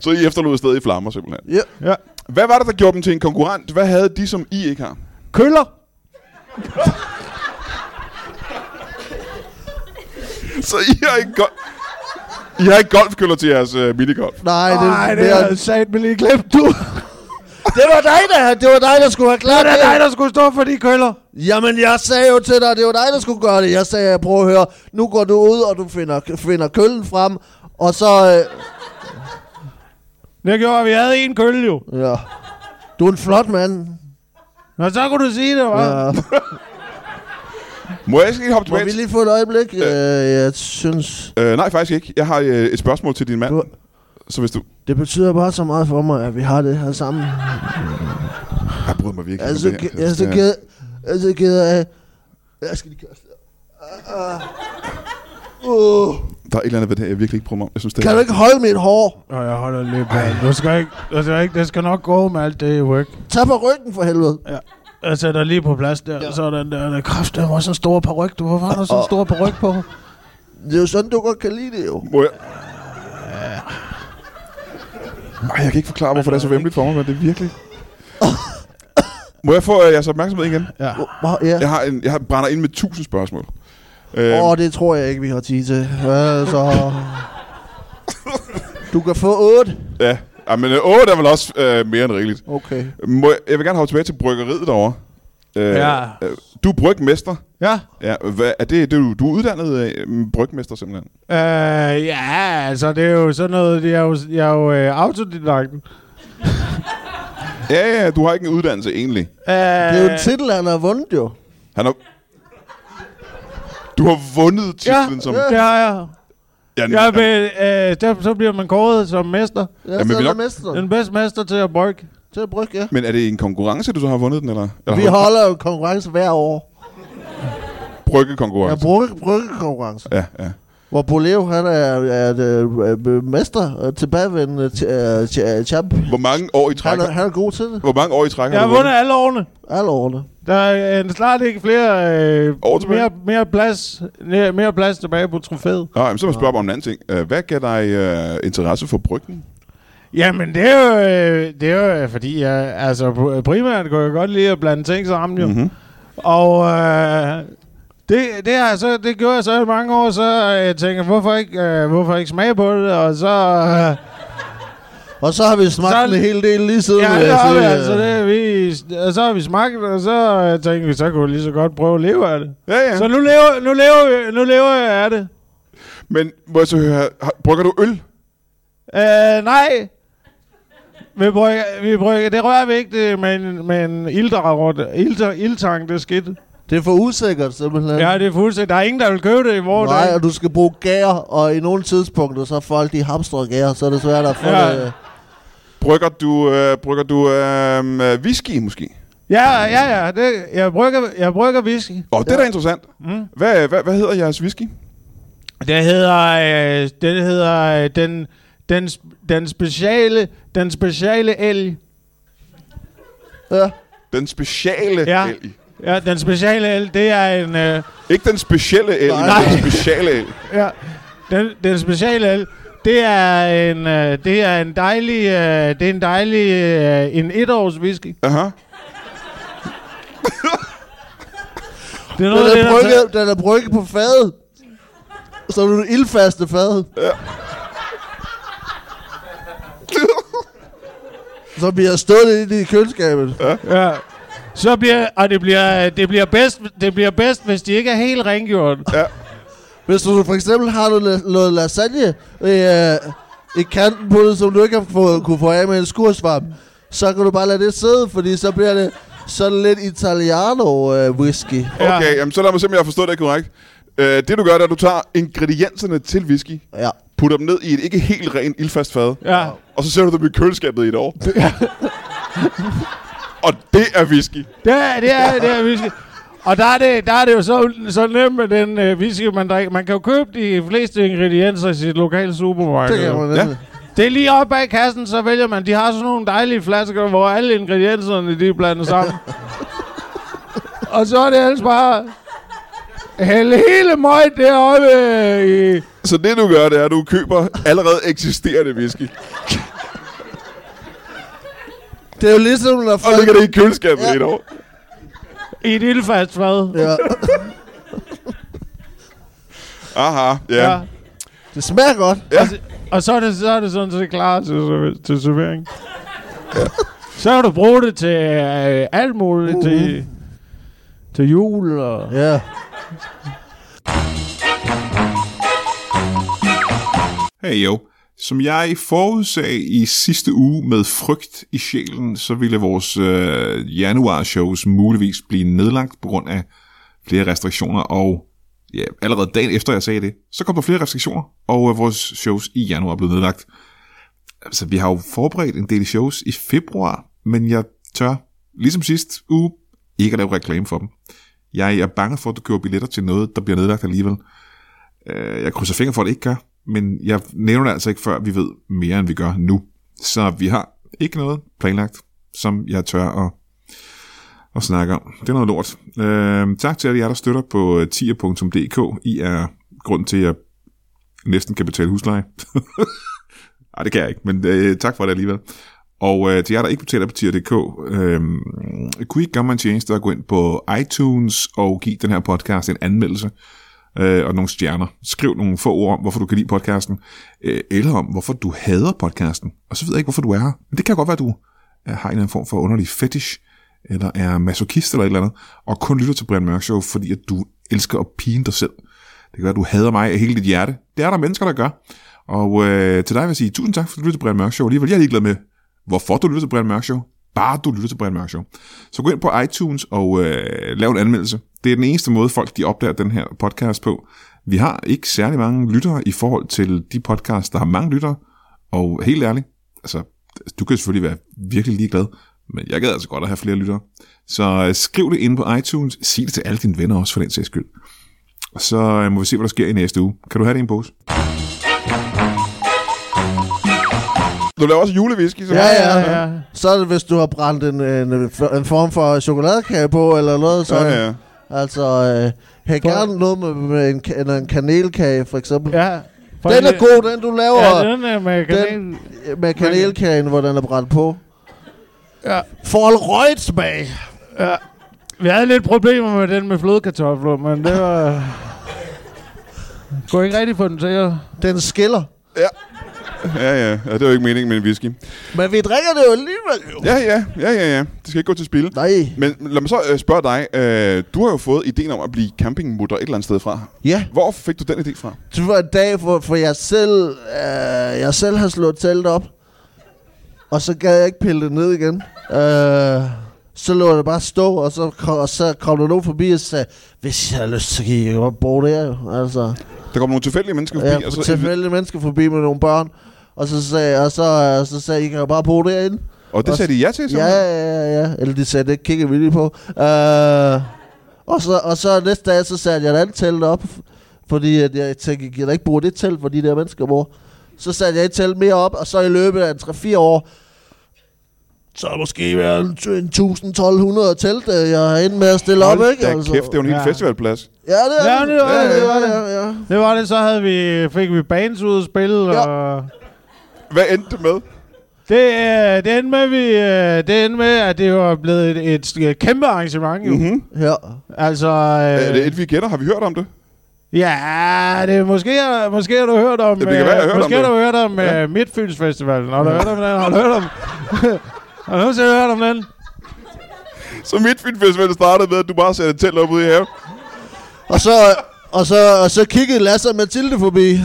S1: Så I efterlod stadig i flammer, simpelthen.
S3: Yep.
S2: Ja.
S1: Hvad var det, der gjorde dem til en konkurrent? Hvad havde de, som I ikke har?
S2: Køller!
S1: Så I har ikke, go- I har ikke golfkøller til jeres øh, minigolf.
S3: Nej, det,
S2: Nej, det
S3: mere-
S2: havde jeg satme lige glemt, du.
S3: det var dig, der, det var dig, der skulle have
S2: Det
S3: klart
S2: er da dig, der skulle stå for de køller.
S3: Jamen, jeg sagde jo til dig, det var dig, der skulle gøre det. Jeg sagde, prøv at høre, nu går du ud, og du finder, finder køllen frem, og så... Øh,
S2: Det gjorde, at vi havde en kølle jo.
S3: ja. Du er en flot mand.
S2: Nå, så kunne du sige det, var. Ja.
S3: Ja.
S1: Må jeg ikke lige hoppe
S3: Må vi
S1: tilbage?
S3: lige få et øjeblik? Øh, jeg synes,
S1: Øh, nej, faktisk ikke. Jeg har øh, et spørgsmål til din mand.
S3: Du-
S1: Så hvis du...
S3: det betyder bare så meget for mig, at vi har det her sammen.
S1: Jeg bryder mig virkelig
S3: Jeg er så,
S1: om det
S3: jeg er så
S1: det
S3: ked, jeg er så ked af... Jeg skal lige køre afsted. Ah, ah. Uh,
S1: Der er et eller andet ved det her, jeg virkelig ikke bryder mig om. Jeg synes, det
S3: kan du ikke holde mit hår?
S2: Nå, jeg holder lidt på. Du skal ikke, du skal ikke, det skal nok gå med alt det work.
S3: Tag på ryggen for helvede.
S2: Jeg sætter lige på plads der, ja. sådan der. der kraft, der var sådan en stor paryk. Du, hvorfor har du sådan en stor paryk på?
S3: Det er jo sådan, du godt kan lide det jo.
S1: Må jeg... Ej, jeg kan ikke forklare, hvorfor det er så vemmeligt for mig, men det er virkelig... Må jeg få øh, jeres opmærksomhed igen?
S2: Ja.
S3: Hvor- Ja.
S1: Jeg, har en, jeg har brænder ind med tusind spørgsmål. Øh,
S3: Åh, oh, det tror jeg ikke, vi har tid til. Altså... Du kan få 8.
S1: ja. ja, men øh, åh, der er vel også øh, mere end rigeligt.
S3: Okay.
S1: Må jeg, jeg vil gerne hoppe tilbage til bryggeriet derovre. Øh,
S2: Ja.
S1: øh, Du er brygmester.
S2: Ja.
S1: Ja, hvad, er det, det, er du, du er uddannet øh, brygmester simpelthen?
S2: Øh, ja, altså det er jo sådan noget, jeg er jo, jeg er jo øh, autodidakten.
S1: Ja, ja, du har ikke en uddannelse egentlig.
S2: Øh,
S3: Det er jo en titel, han har vundet jo.
S1: Han har... Du har vundet titlen
S2: ja,
S1: som...
S2: det har jeg.
S1: Ja,
S2: Jeg vil, øh, der, så bliver man kåret som mester.
S3: Jeg
S1: Jamen,
S3: Jamen,
S1: vi
S3: vi
S1: nok-
S3: mester.
S2: Den bedste mester til at brygge.
S3: Til at brygge, ja.
S1: Men er det en konkurrence, du så har vundet den, eller? eller
S3: Vi
S1: har...
S3: holder jo konkurrence hver år. Jeg
S1: Bryggekonkurrence.
S3: brygge, bryggekonkurrence.
S1: Ja, ja.
S3: Hvor Boleo, han er, er, er, er mester og tilbagevendende ch- øh, ch- øh, champ.
S1: Hvor mange år i træk?
S3: Han er, han er god til det.
S1: Hvor mange år i træk
S2: Jeg
S1: har du
S2: har
S1: vundet?
S2: vundet alle årene.
S3: Alle årene.
S2: Der er øh, snart ikke flere, øh,
S1: År tilbage.
S2: mere, mere, plads, mere, mere plads tilbage på trofæet.
S1: Nå, jamen, så må jeg spørge dig om en anden ting. Øh, Hvad gav dig øh, interesse for bryggen?
S2: Jamen, det er jo, øh, det er jo øh, fordi, jeg, altså pr- primært kunne jeg godt lide at blande ting sammen, jo.
S1: Mhm.
S2: Mm-hmm. Og øh, det, det, har jeg så, det gjorde jeg så i mange år, så øh, jeg tænker, hvorfor ikke, øh, hvorfor ikke smage på det? Og så, øh,
S3: Og så har vi smagt
S2: Så-
S3: en hel del lige siden.
S2: Ja,
S3: vil
S2: det
S3: jeg
S2: har vi
S3: sige.
S2: altså. Det, er vi, og så har vi smagt, og så øh, tænkte vi, så kunne vi lige så godt prøve at leve af det.
S4: Ja, ja.
S2: Så nu lever, nu lever, vi- nu lever jeg af det.
S4: Men må jeg så høre, har, brygger du øl?
S2: Øh, nej. Vi brygger, vi brygger, det rører vi ikke det, med en, med en ildtang, ilder, ildtang, det er skidt.
S3: Det er for usikkert, simpelthen.
S2: Ja, det er fuldstændig. Der er ingen, der vil købe det i vores
S3: Nej,
S2: dag.
S3: og du skal bruge gær, og i nogle tidspunkter, så er folk de hamstrer gær, så er det svært at få
S2: Ja.
S3: ja. det.
S4: Brygger du, øh, brygger du øh, øh, whisky måske?
S2: Ja, ja, ja. Det, jeg, brygger, jeg brygger whisky.
S4: Åh, oh, det er da interessant.
S2: Mm.
S4: Hvad, hvad, hvad hedder jeres whisky?
S2: Det hedder, øh, det hedder øh, den, den, sp- den, speciale, den speciale elg.
S3: Ja.
S4: Den speciale
S2: Ja.
S4: elg.
S2: Ja, den speciale el, det er en... Øh,
S4: Ikke den specielle elg,
S3: Nej.
S4: men den speciale elg.
S2: ja, den, den speciale el, det er en, øh, det er en dejlig, øh, det er en dejlig, øh, en etårs whisky. [laughs]
S4: Aha.
S2: Det er
S3: Den
S2: af
S3: er,
S2: det, altså. der
S3: brygget, den er brygget på fadet. Så er det ildfaste fad. Ja. Så vi har stået inde i køleskabet. Ja.
S2: Ja. Så bliver, og det bliver, det bliver, bedst, det bliver bedst, hvis de ikke er helt rengjort.
S3: Hvis du for eksempel har noget, la- noget lasagne i, øh, i kanten på det, som du ikke har fået, kunne få af med en skursvamp, så kan du bare lade det sidde, fordi så bliver det sådan lidt italiano øh, whisky.
S4: Okay, jamen, så lad mig se, om jeg har forstået det korrekt. Øh, det du gør, det er, at du tager ingredienserne til whisky,
S3: Ja.
S4: putter dem ned i et ikke helt rent ildfast fad,
S2: Ja.
S4: og så sætter du dem i køleskabet i et år. og det er whisky.
S2: Det er, det er, det er whisky. Og der er det, der er det jo så, så nemt med den øh, whisky, man drikker. Man kan jo købe de fleste ingredienser i sit lokale supermarked.
S3: Det kan man
S4: Ja.
S3: nemlig.
S2: det er lige oppe bag kassen, så vælger man. De har sådan nogle dejlige flasker, hvor alle ingredienserne de er blandet
S3: [laughs]
S2: sammen. og så er det ellers bare... Hælde hele møg deroppe øh, i...
S4: Så det du gør, det er, at du køber allerede eksisterende whisky,
S3: Det er jo ligesom, når
S4: og
S3: folk...
S4: lægger det i køleskabet i et år.
S2: I et ildfast fad.
S3: Ja.
S4: Aha, ja. ja.
S3: Det smager godt.
S2: Og så er det, så er det sådan set klar til, serv- til servering. så kan du bruge det til øh, alt muligt. Uh. Til,
S3: Uh-huh.
S2: til jul og...
S3: Ja.
S1: Hey jo. Som jeg forudsagde i sidste uge med frygt i sjælen, så ville vores øh, januar-shows muligvis blive nedlagt på grund af flere restriktioner, og ja, allerede dagen efter jeg sagde det, så kom der flere restriktioner, og øh, vores shows i januar blev nedlagt. Altså, vi har jo forberedt en del shows i februar, men jeg tør, ligesom sidste uge, ikke at lave reklame for dem. Jeg er bange for, at du køber billetter til noget, der bliver nedlagt alligevel. Øh, jeg krydser fingre for, at det ikke gør, men jeg nævner det altså ikke, før vi ved mere, end vi gør nu. Så vi har ikke noget planlagt, som jeg tør at, at snakke om. Det er noget lort. Øh, tak til alle jer, der støtter på øh, tier.dk. I er grund til, at jeg næsten kan betale husleje. [laughs] Nej, det kan jeg ikke, men øh, tak for det alligevel. Og øh, til jer, der ikke betaler på tier.dk, øh, kunne I ikke gøre mig en tjeneste at gå ind på iTunes og give den her podcast en anmeldelse? øh, og nogle stjerner. Skriv nogle få ord om, hvorfor du kan lide podcasten, øh, eller om, hvorfor du hader podcasten. Og så ved jeg ikke, hvorfor du er her. Men det kan godt være, at du øh, har en eller anden form for underlig fetish, eller er masochist eller et eller andet, og kun lytter til Brian Mørk Show, fordi at du elsker at pine dig selv. Det kan være, at du hader mig af hele dit hjerte. Det er der mennesker, der gør. Og øh, til dig vil jeg sige, tusind tak, for at du lytter til Brian Mørk Show. Alligevel, jeg er ligeglad med, hvorfor du lytter til Brian Mørk Show. Bare du lytter til Brian Mørk Show. Så gå ind på iTunes og øh, lav en anmeldelse. Det er den eneste måde, folk de opdager den her podcast på. Vi har ikke særlig mange lyttere i forhold til de podcasts, der har mange lyttere. Og helt ærligt, altså, du kan selvfølgelig være virkelig ligeglad, men jeg gad altså godt at have flere lyttere. Så øh, skriv det inde på iTunes. Sig det til alle dine venner også, for den sags skyld. Og så øh, må vi se, hvad der sker i næste uge. Kan du have det i en pose?
S4: Du laver også julewhisky, så
S3: Ja, ja,
S2: ja.
S3: ja. Så er det, hvis du har brændt en, en, en form for chokoladekage på, eller noget sådan.
S4: ja, ja.
S3: Altså, øh, have
S2: For-
S3: gerne noget med, med en, ka- eller en kanelkage, for eksempel. Ja,
S2: ja. For
S3: den er
S2: det-
S3: god, den du laver.
S2: Ja, den er med
S3: den,
S2: kanel.
S3: med kanelkagen, hvor den er brændt på.
S2: Ja.
S3: Får en røget smag.
S2: Vi havde lidt problemer med den med flødekartofler, men det var... Går ikke rigtig på den til jer.
S3: Den skiller.
S1: ja, ja. ja. Det var ikke meningen med en whisky.
S3: Men vi drikker det jo alligevel, jo.
S1: Ja, ja, ja, ja, ja. Det skal ikke gå til spil.
S3: Nej.
S1: Men lad mig så øh, spørge dig. Øh, du har jo fået ideen om at blive campingmutter et eller andet sted fra.
S3: Ja.
S1: Hvor fik du den idé fra?
S3: Det var en dag, hvor, for jeg selv, øh, jeg selv har slået teltet op. Og så gad jeg ikke pille det ned igen. Øh, så lå det bare stå, og så, kom, og så kom der nogen forbi og sagde, hvis jeg har lyst, så kan I jo bare bo der. jo." Altså,
S1: Der kom nogle tilfældige mennesker forbi. altså,
S3: ja, tilfældige mennesker forbi med nogle børn. Og så sagde, og så, og så sagde I kan jo bare bo derinde.
S1: Og det sagde de ja til,
S3: Ja,
S1: simpelthen?
S3: ja, ja, ja. Eller de sagde det, kiggede vi lige på. Øh, og, så, og så næste dag, så satte jeg et andet telt op, fordi at jeg tænkte, jeg gider ikke bruge det telt, hvor de der mennesker bor. Så satte jeg et telt mere op, og så i løbet af 3-4 år, så har måske været en tu- en 1.200 telt, øh, jeg har endt med at stille op, ikke? Altså,
S1: da kæft, det er jo en hel
S2: Ja.
S1: festivalplads.
S3: Ja, det er
S2: Ja, det var det, det var det.
S3: Ja, ja, ja.
S2: Det var det, så havde vi, fik vi bands ud at spille,
S3: Ja.
S2: ja. og...
S1: Hvad endte det med?
S2: Det, øh, det endte med, at vi, øh, det endte med, at det var blevet et, et, et kæmpe arrangement, jo. Mm-hmm.
S1: Mm-hmm.
S3: ja.
S2: Altså,
S1: Øh. Er det
S2: øh,
S1: et, vi kender? Har vi hørt om det?
S2: ja, det er, måske, har- måske har du hørt om... øh,
S1: Ja, det kan være, jeg har hørt om
S2: måske
S1: det.
S2: har du hørt om
S1: Ja.
S2: ja. Midtfynsfestivalen. Har du hørt om den? Har du hørt om... [laughs] har du nogensinde hørt om den?
S1: Så Midtfyn Festival startede med, at du bare satte et telt op ude i haven.
S3: Og så... Og så, og så kiggede Lasse og Mathilde forbi.
S1: Det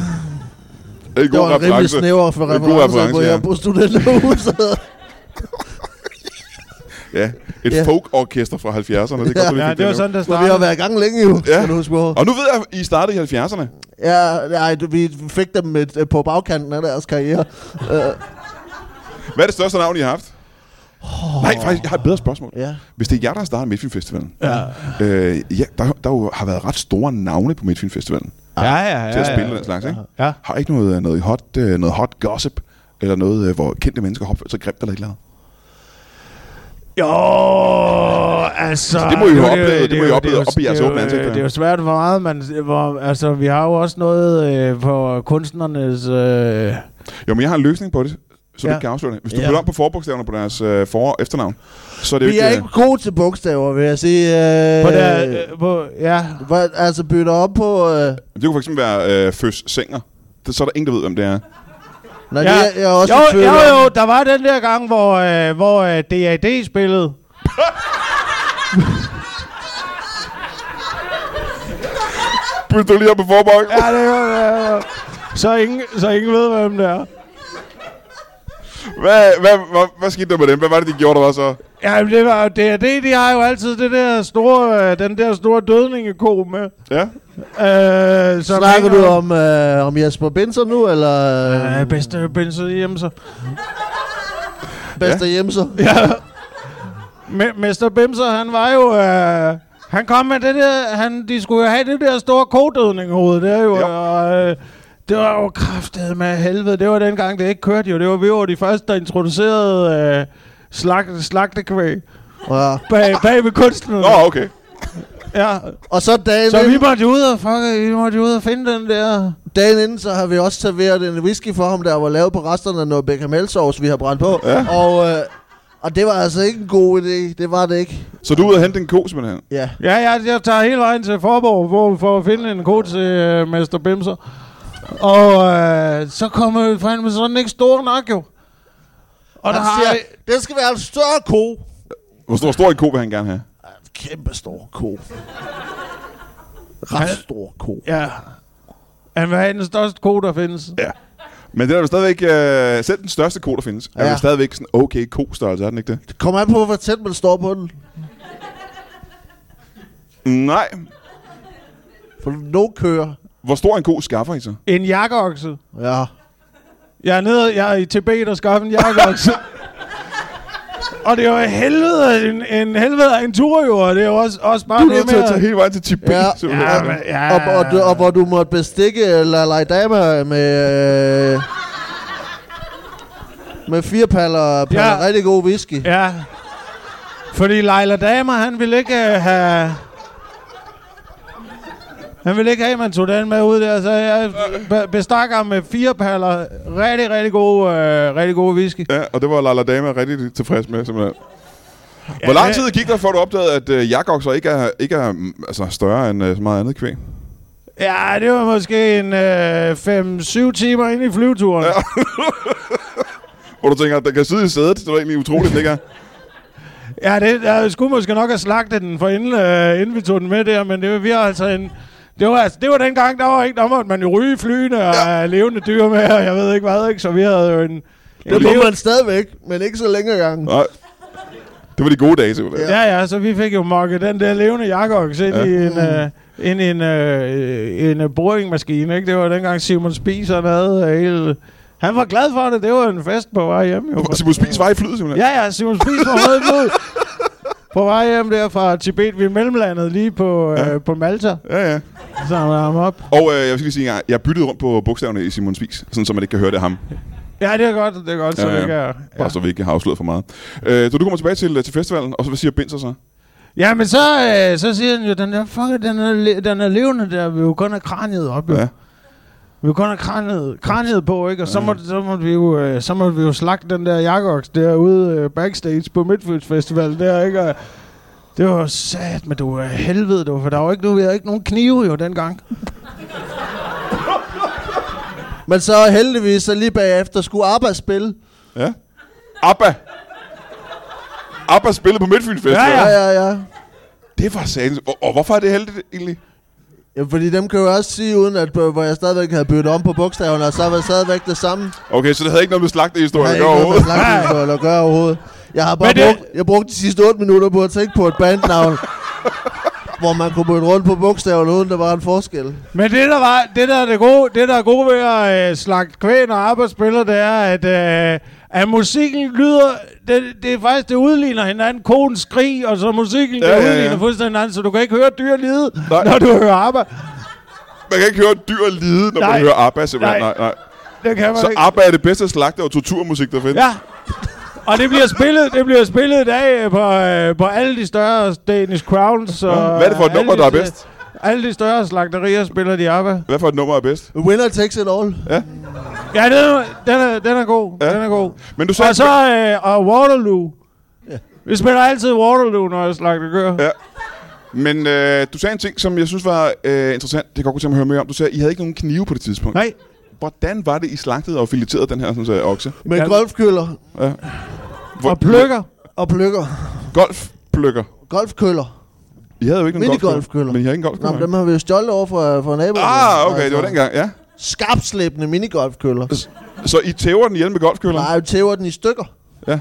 S1: er en
S3: Det
S1: god
S3: var en rimelig
S1: reference.
S3: snæver for
S1: Det er en god
S3: referencer,
S1: reference,
S3: hvor
S1: ja.
S3: jeg på studenterhuset.
S1: Ja, et
S3: Ja.
S1: yeah. folkorkester fra 70'erne. Det er
S3: Ja.
S1: godt, ja,
S2: Ja,
S1: vi fik
S2: det var
S1: nu.
S2: sådan, der
S3: Men vi har
S2: startede.
S3: været i gang længe jo,
S1: Ja.
S3: ja. kan du huske på.
S1: Og nu ved jeg, at I startede i 70'erne.
S3: Ja, nej, du- vi fik dem med, på bagkanten af deres karriere. Uh,
S1: Hvad er det største navn, I har haft? Oh. Nej, faktisk, jeg har et bedre spørgsmål.
S3: ja.
S1: Hvis det er jer, der har startet Midtfynfestivalen, ja. Øh, ja, der, der jo har været ret store navne på Midtfynfestivalen
S2: Ja, ja, ja.
S1: til at
S2: ja.
S1: spille den slags, ikke?
S2: Ja.
S1: Har I ikke noget, noget, hot, øh, noget hot gossip, eller noget, øh, hvor kendte mennesker har opført sig grimt eller et eller andet?
S2: Jo, altså...
S1: det må I jo
S2: er
S1: opleve, det
S2: er
S1: må I
S2: jo-
S1: opleve
S2: det er jo-
S1: op i jeres
S2: det er jo-
S1: åbne ansigter.
S2: Det er jo svært for meget, man... Hvor, altså, vi har jo også noget øh, på kunstnernes... Øh,
S1: Jo, men jeg har en løsning på det, så ja. du
S2: Ja.
S1: ikke kan afsløre det. Hvis du
S2: Ja.
S1: bytter om på forbogstaverne på deres øh, for- og efternavn, så er det jo
S3: Vi
S1: ikke...
S3: er
S1: øh,
S3: ikke gode til bogstaver, vil jeg sige. Uh,
S2: på der, øh, på, ja,
S3: Hvad, altså bytter op på... Øh,
S1: Det kunne for eksempel være øh, Føs Senger. Det, så er der ingen, der ved, hvem det er.
S3: nej,
S2: Ja.
S3: ja. det er, jeg er også
S2: jo,
S3: i tvivl
S2: jo,
S3: om.
S2: jo, der var den der gang, hvor, øh, hvor øh, DAD spillede.
S1: Byt du lige op på forbog. Ja.
S2: Ja, det var, ja, ja. Så ingen, så ingen ved, hvem det er.
S1: Hvad, hvad, hvad, hvad skete der med dem? Hvad var det, de gjorde, der var så?
S2: Ja, men det var DAD, de har jo altid det der store, øh, den der store dødningeko med.
S1: Ja?
S2: Øh, som
S3: Snakker
S2: hænger-
S3: du om, øh, om Jesper Binser nu, eller
S2: Øh,
S3: øh,
S2: bedste bensin hjemme så.
S3: Bester ja. Jemser?
S2: [laughs] Ja. Me- Mester Bimser, han var jo... Øh, han kom med det der... Han, de skulle jo have det der store kodødning i hovedet. Det er jo...
S1: Jo.
S2: Og, øh, det var jo kraftet med helvede. Det var dengang, det ikke kørte jo. Det var, vi var de første, der introducerede øh, slag, slagtekvæg
S3: Ja.
S2: bag, bag ved kunsten.
S1: Nå, okay.
S2: Ja.
S3: Og så dagen,
S2: Så vi
S3: inden,
S2: måtte jo ud og, fuck, vi måtte jo ud og finde den der...
S3: dagen inden, så har vi også serveret en whisky for ham, der var lavet på resterne af noget bechamelsauce, vi har brændt på.
S1: Ja.
S3: Og, øh, og det var altså ikke en god idé. Det var det ikke.
S1: Så du er ude og hente en ko, simpelthen.
S3: Ja.
S2: Ja, jeg, jeg tager hele vejen til Forborg for, for at finde en kode til øh, Mester Bimser. Og øh, så kommer vi frem med sådan ikke stor nok jo. Og der
S3: Han
S2: har...
S3: siger, det skal være en større ko.
S1: Hvor stor, stor en ko vil han gerne have?
S3: Kæmpe stor ko. Ret stor ko.
S2: Ja. Han vil have den største kode, der findes.
S1: Ja. Men den er jo stadigvæk... Øh, selv den største ko, der findes, ja. er
S3: Ja.
S1: jo stadigvæk sådan okay ko-størrelse, er den ikke det?
S3: Det kommer an på, hvor tæt man står på den.
S1: Nej.
S3: For no kører.
S1: Hvor stor en ko skaffer I så?
S2: En jakkeokse.
S3: Ja.
S2: Jeg er nede, jeg er i Tibet og skaffer en jakkeokse. [laughs] og det er jo helvede, en, en helvede af en tur jo, og det er jo også, også bare
S1: Du er
S2: det
S1: nødt til
S2: med
S1: at tage hele vejen til Tibet,
S3: Ja.
S1: simpelthen.
S2: Ja, men, ja.
S3: Og, og, du, og hvor du måtte bestikke Lalai Dama med... Øh, med fire paller, paller ja.
S2: Ja.
S3: rigtig god whisky. Ja.
S2: Ja. Fordi Leila Damer, han ville ikke øh, have... Han ville ikke have, at man tog den med ud der, så jeg øh, be- bestak ham med fire paller. Rigtig, rigtig gode, øh, rigtig gode whisky.
S1: Ja, og det var Lala Dama rigtig tilfreds med, simpelthen. Hvor lang tid gik der, før du opdagede, at øh, jakokser ikke er, ikke er mm, altså, større end øh, så meget andet kvæg?
S2: Ja, det var måske en 5-7 timer ind i flyveturen. Ja.
S1: Hvor du tænker, den kan sidde i sædet. Det er egentlig utroligt, ikke?
S2: Ja, det, jeg skulle måske nok have slagtet den for inden, øh, inden vi tog den med der, men det var, vi har altså en... Det var, altså, det var den gang, der var ikke, der måtte man jo ryge i flyene og ja. levende dyr med, og jeg ved ikke hvad, ikke? Så vi havde jo en... en
S3: Det
S2: leve-
S3: må man stadigvæk, men ikke så længe gangen.
S1: Nej. Det var de gode dage, simpelthen. Ja.
S2: Ja, ja, så vi fik jo mokket den der levende jakoks ind ja. i en, øh, ind i en, øh, en øh, boringmaskine, ikke? Det var dengang Simon Spies, han havde øh, hele... Han var glad for det, det var en fest på vej hjem, jo.
S1: Simon Spies var i flyet, simpelthen.
S2: Ja, ja, Simon Spies var med i blodet. På vej hjem der fra Tibet, vi er mellemlandet lige på, ja. øh, på Malta,
S1: ja. ja.
S2: så han ham op.
S1: Og øh, jeg skal lige sige, at jeg byttede rundt på bogstaverne i Simon Spies, sådan så man ikke kan høre det af ham.
S2: Ja, det er godt, det er godt, så
S1: Ja, ja.
S2: ja, ja. Jeg,
S1: Bare
S2: ja.
S1: så vi ikke har afsløret for meget. Øh, så du kommer tilbage til, til festivalen, og så hvad siger Binser så?
S2: ja, men så, øh, så siger han jo, den der, fuck, den er, le- den er levende der, vi vil jo kun have kraniet op, jo.
S1: Ja.
S2: Ja. Vi vil kun have kraniet, kraniet på, ikke? Og så måtte, så måtte vi jo, øh, så måtte vi jo slagte den der jakoks derude øh, backstage på Midtfyns Festival der, ikke? Og det var sat, men du var helvede, du, for der var ikke, du, vi havde ikke nogen knive jo dengang.
S3: Men så heldigvis, så lige bagefter skulle ABBA spille.
S1: Ja. Abba! Abba spillede på Midtfyn Festival.
S2: Ja,
S3: Ja, ja, ja.
S1: Det var sandt. Og, og, hvorfor er det heldigt egentlig?
S3: Ja, fordi dem kan jo også sige, uden at hvor jeg stadigvæk havde byttet om på bogstaverne, og så var det stadigvæk det samme. Jeg
S1: Okay, så det havde ikke noget med slagtehistorien
S3: havde
S1: at
S3: ikke
S1: gøre
S3: noget med
S1: overhovedet.
S3: slagtningsforhold at gøre overhovedet. Jeg har bare
S2: Men det-
S3: brugt, jeg brugte de sidste 8 minutter på at tænke på et bandnavn, hvor man kunne bytte rundt på bogstaverne, uden der var en forskel.
S2: Men det der, var, det der er det gode, det der er gode ved at øh, slagte kvæn og arbejdsspiller, det er, at, øh, at musikken lyder, det, det er faktisk, det udligner hinanden. Konen skrig, og så musikken, ja,
S1: Ja,
S2: det
S1: ja, ja.
S2: udligner fuldstændig hinanden, så du kan ikke høre dyr lide,
S1: Nej.
S2: når du hører arbejde.
S1: Man kan ikke høre dyr lide, når nej. man
S2: Nej.
S1: hører Abba simpelthen. Nej.
S2: Nej.
S1: Nej, nej.
S2: Det kan man
S1: Så
S2: ikke.
S1: Abba er det bedste slagte- og torturmusik, der findes.
S2: Ja. Og det bliver spillet, det bliver spillet i dag øh, på, øh, på alle de større Danish Crowns. Og
S1: Hvad er det for et
S2: alle
S1: nummer,
S2: de
S1: der er
S2: større-
S1: bedst?
S2: Alle de større slagterier spiller de ABBA.
S1: Hvad for et nummer er bedst?
S3: Winner takes it all.
S2: Ja, den er, den er, den er god.
S1: Ja.
S2: Ja. Den er god.
S1: Men du
S2: Så
S1: så...
S2: og så øh, og Waterloo. Vi spiller altid Waterloo, når jeg slagter gør.
S1: Ja. Men øh, du sagde en ting, som jeg synes var øh, interessant. Det kan jeg godt kunne tænke mig at høre mere om. Du sagde, at I havde ikke nogen knive på det tidspunkt.
S2: Nej.
S1: Hvordan var det, I slagtede og fileterede den her sådan, så, okse?
S3: Med
S2: Ja.
S3: golfkøller
S1: Hvor-
S2: Og pløkker.
S3: og pløkker.
S1: Golfpløkker.
S3: Golfkøller.
S1: I havde jo ikke nogen
S3: Minigolfkøller.
S1: golfkøller. Men I havde ikke en
S3: Nå,
S1: golfkøller.
S3: men dem har vi jo stjålet over fra, fra naboen.
S1: Ah, okay, det var dengang, ja.
S3: Skarpslæbende minigolfkøller.
S1: Så I tæver den ihjel med golfkøller?
S3: Nej, vi tæver den i stykker.
S1: Ja.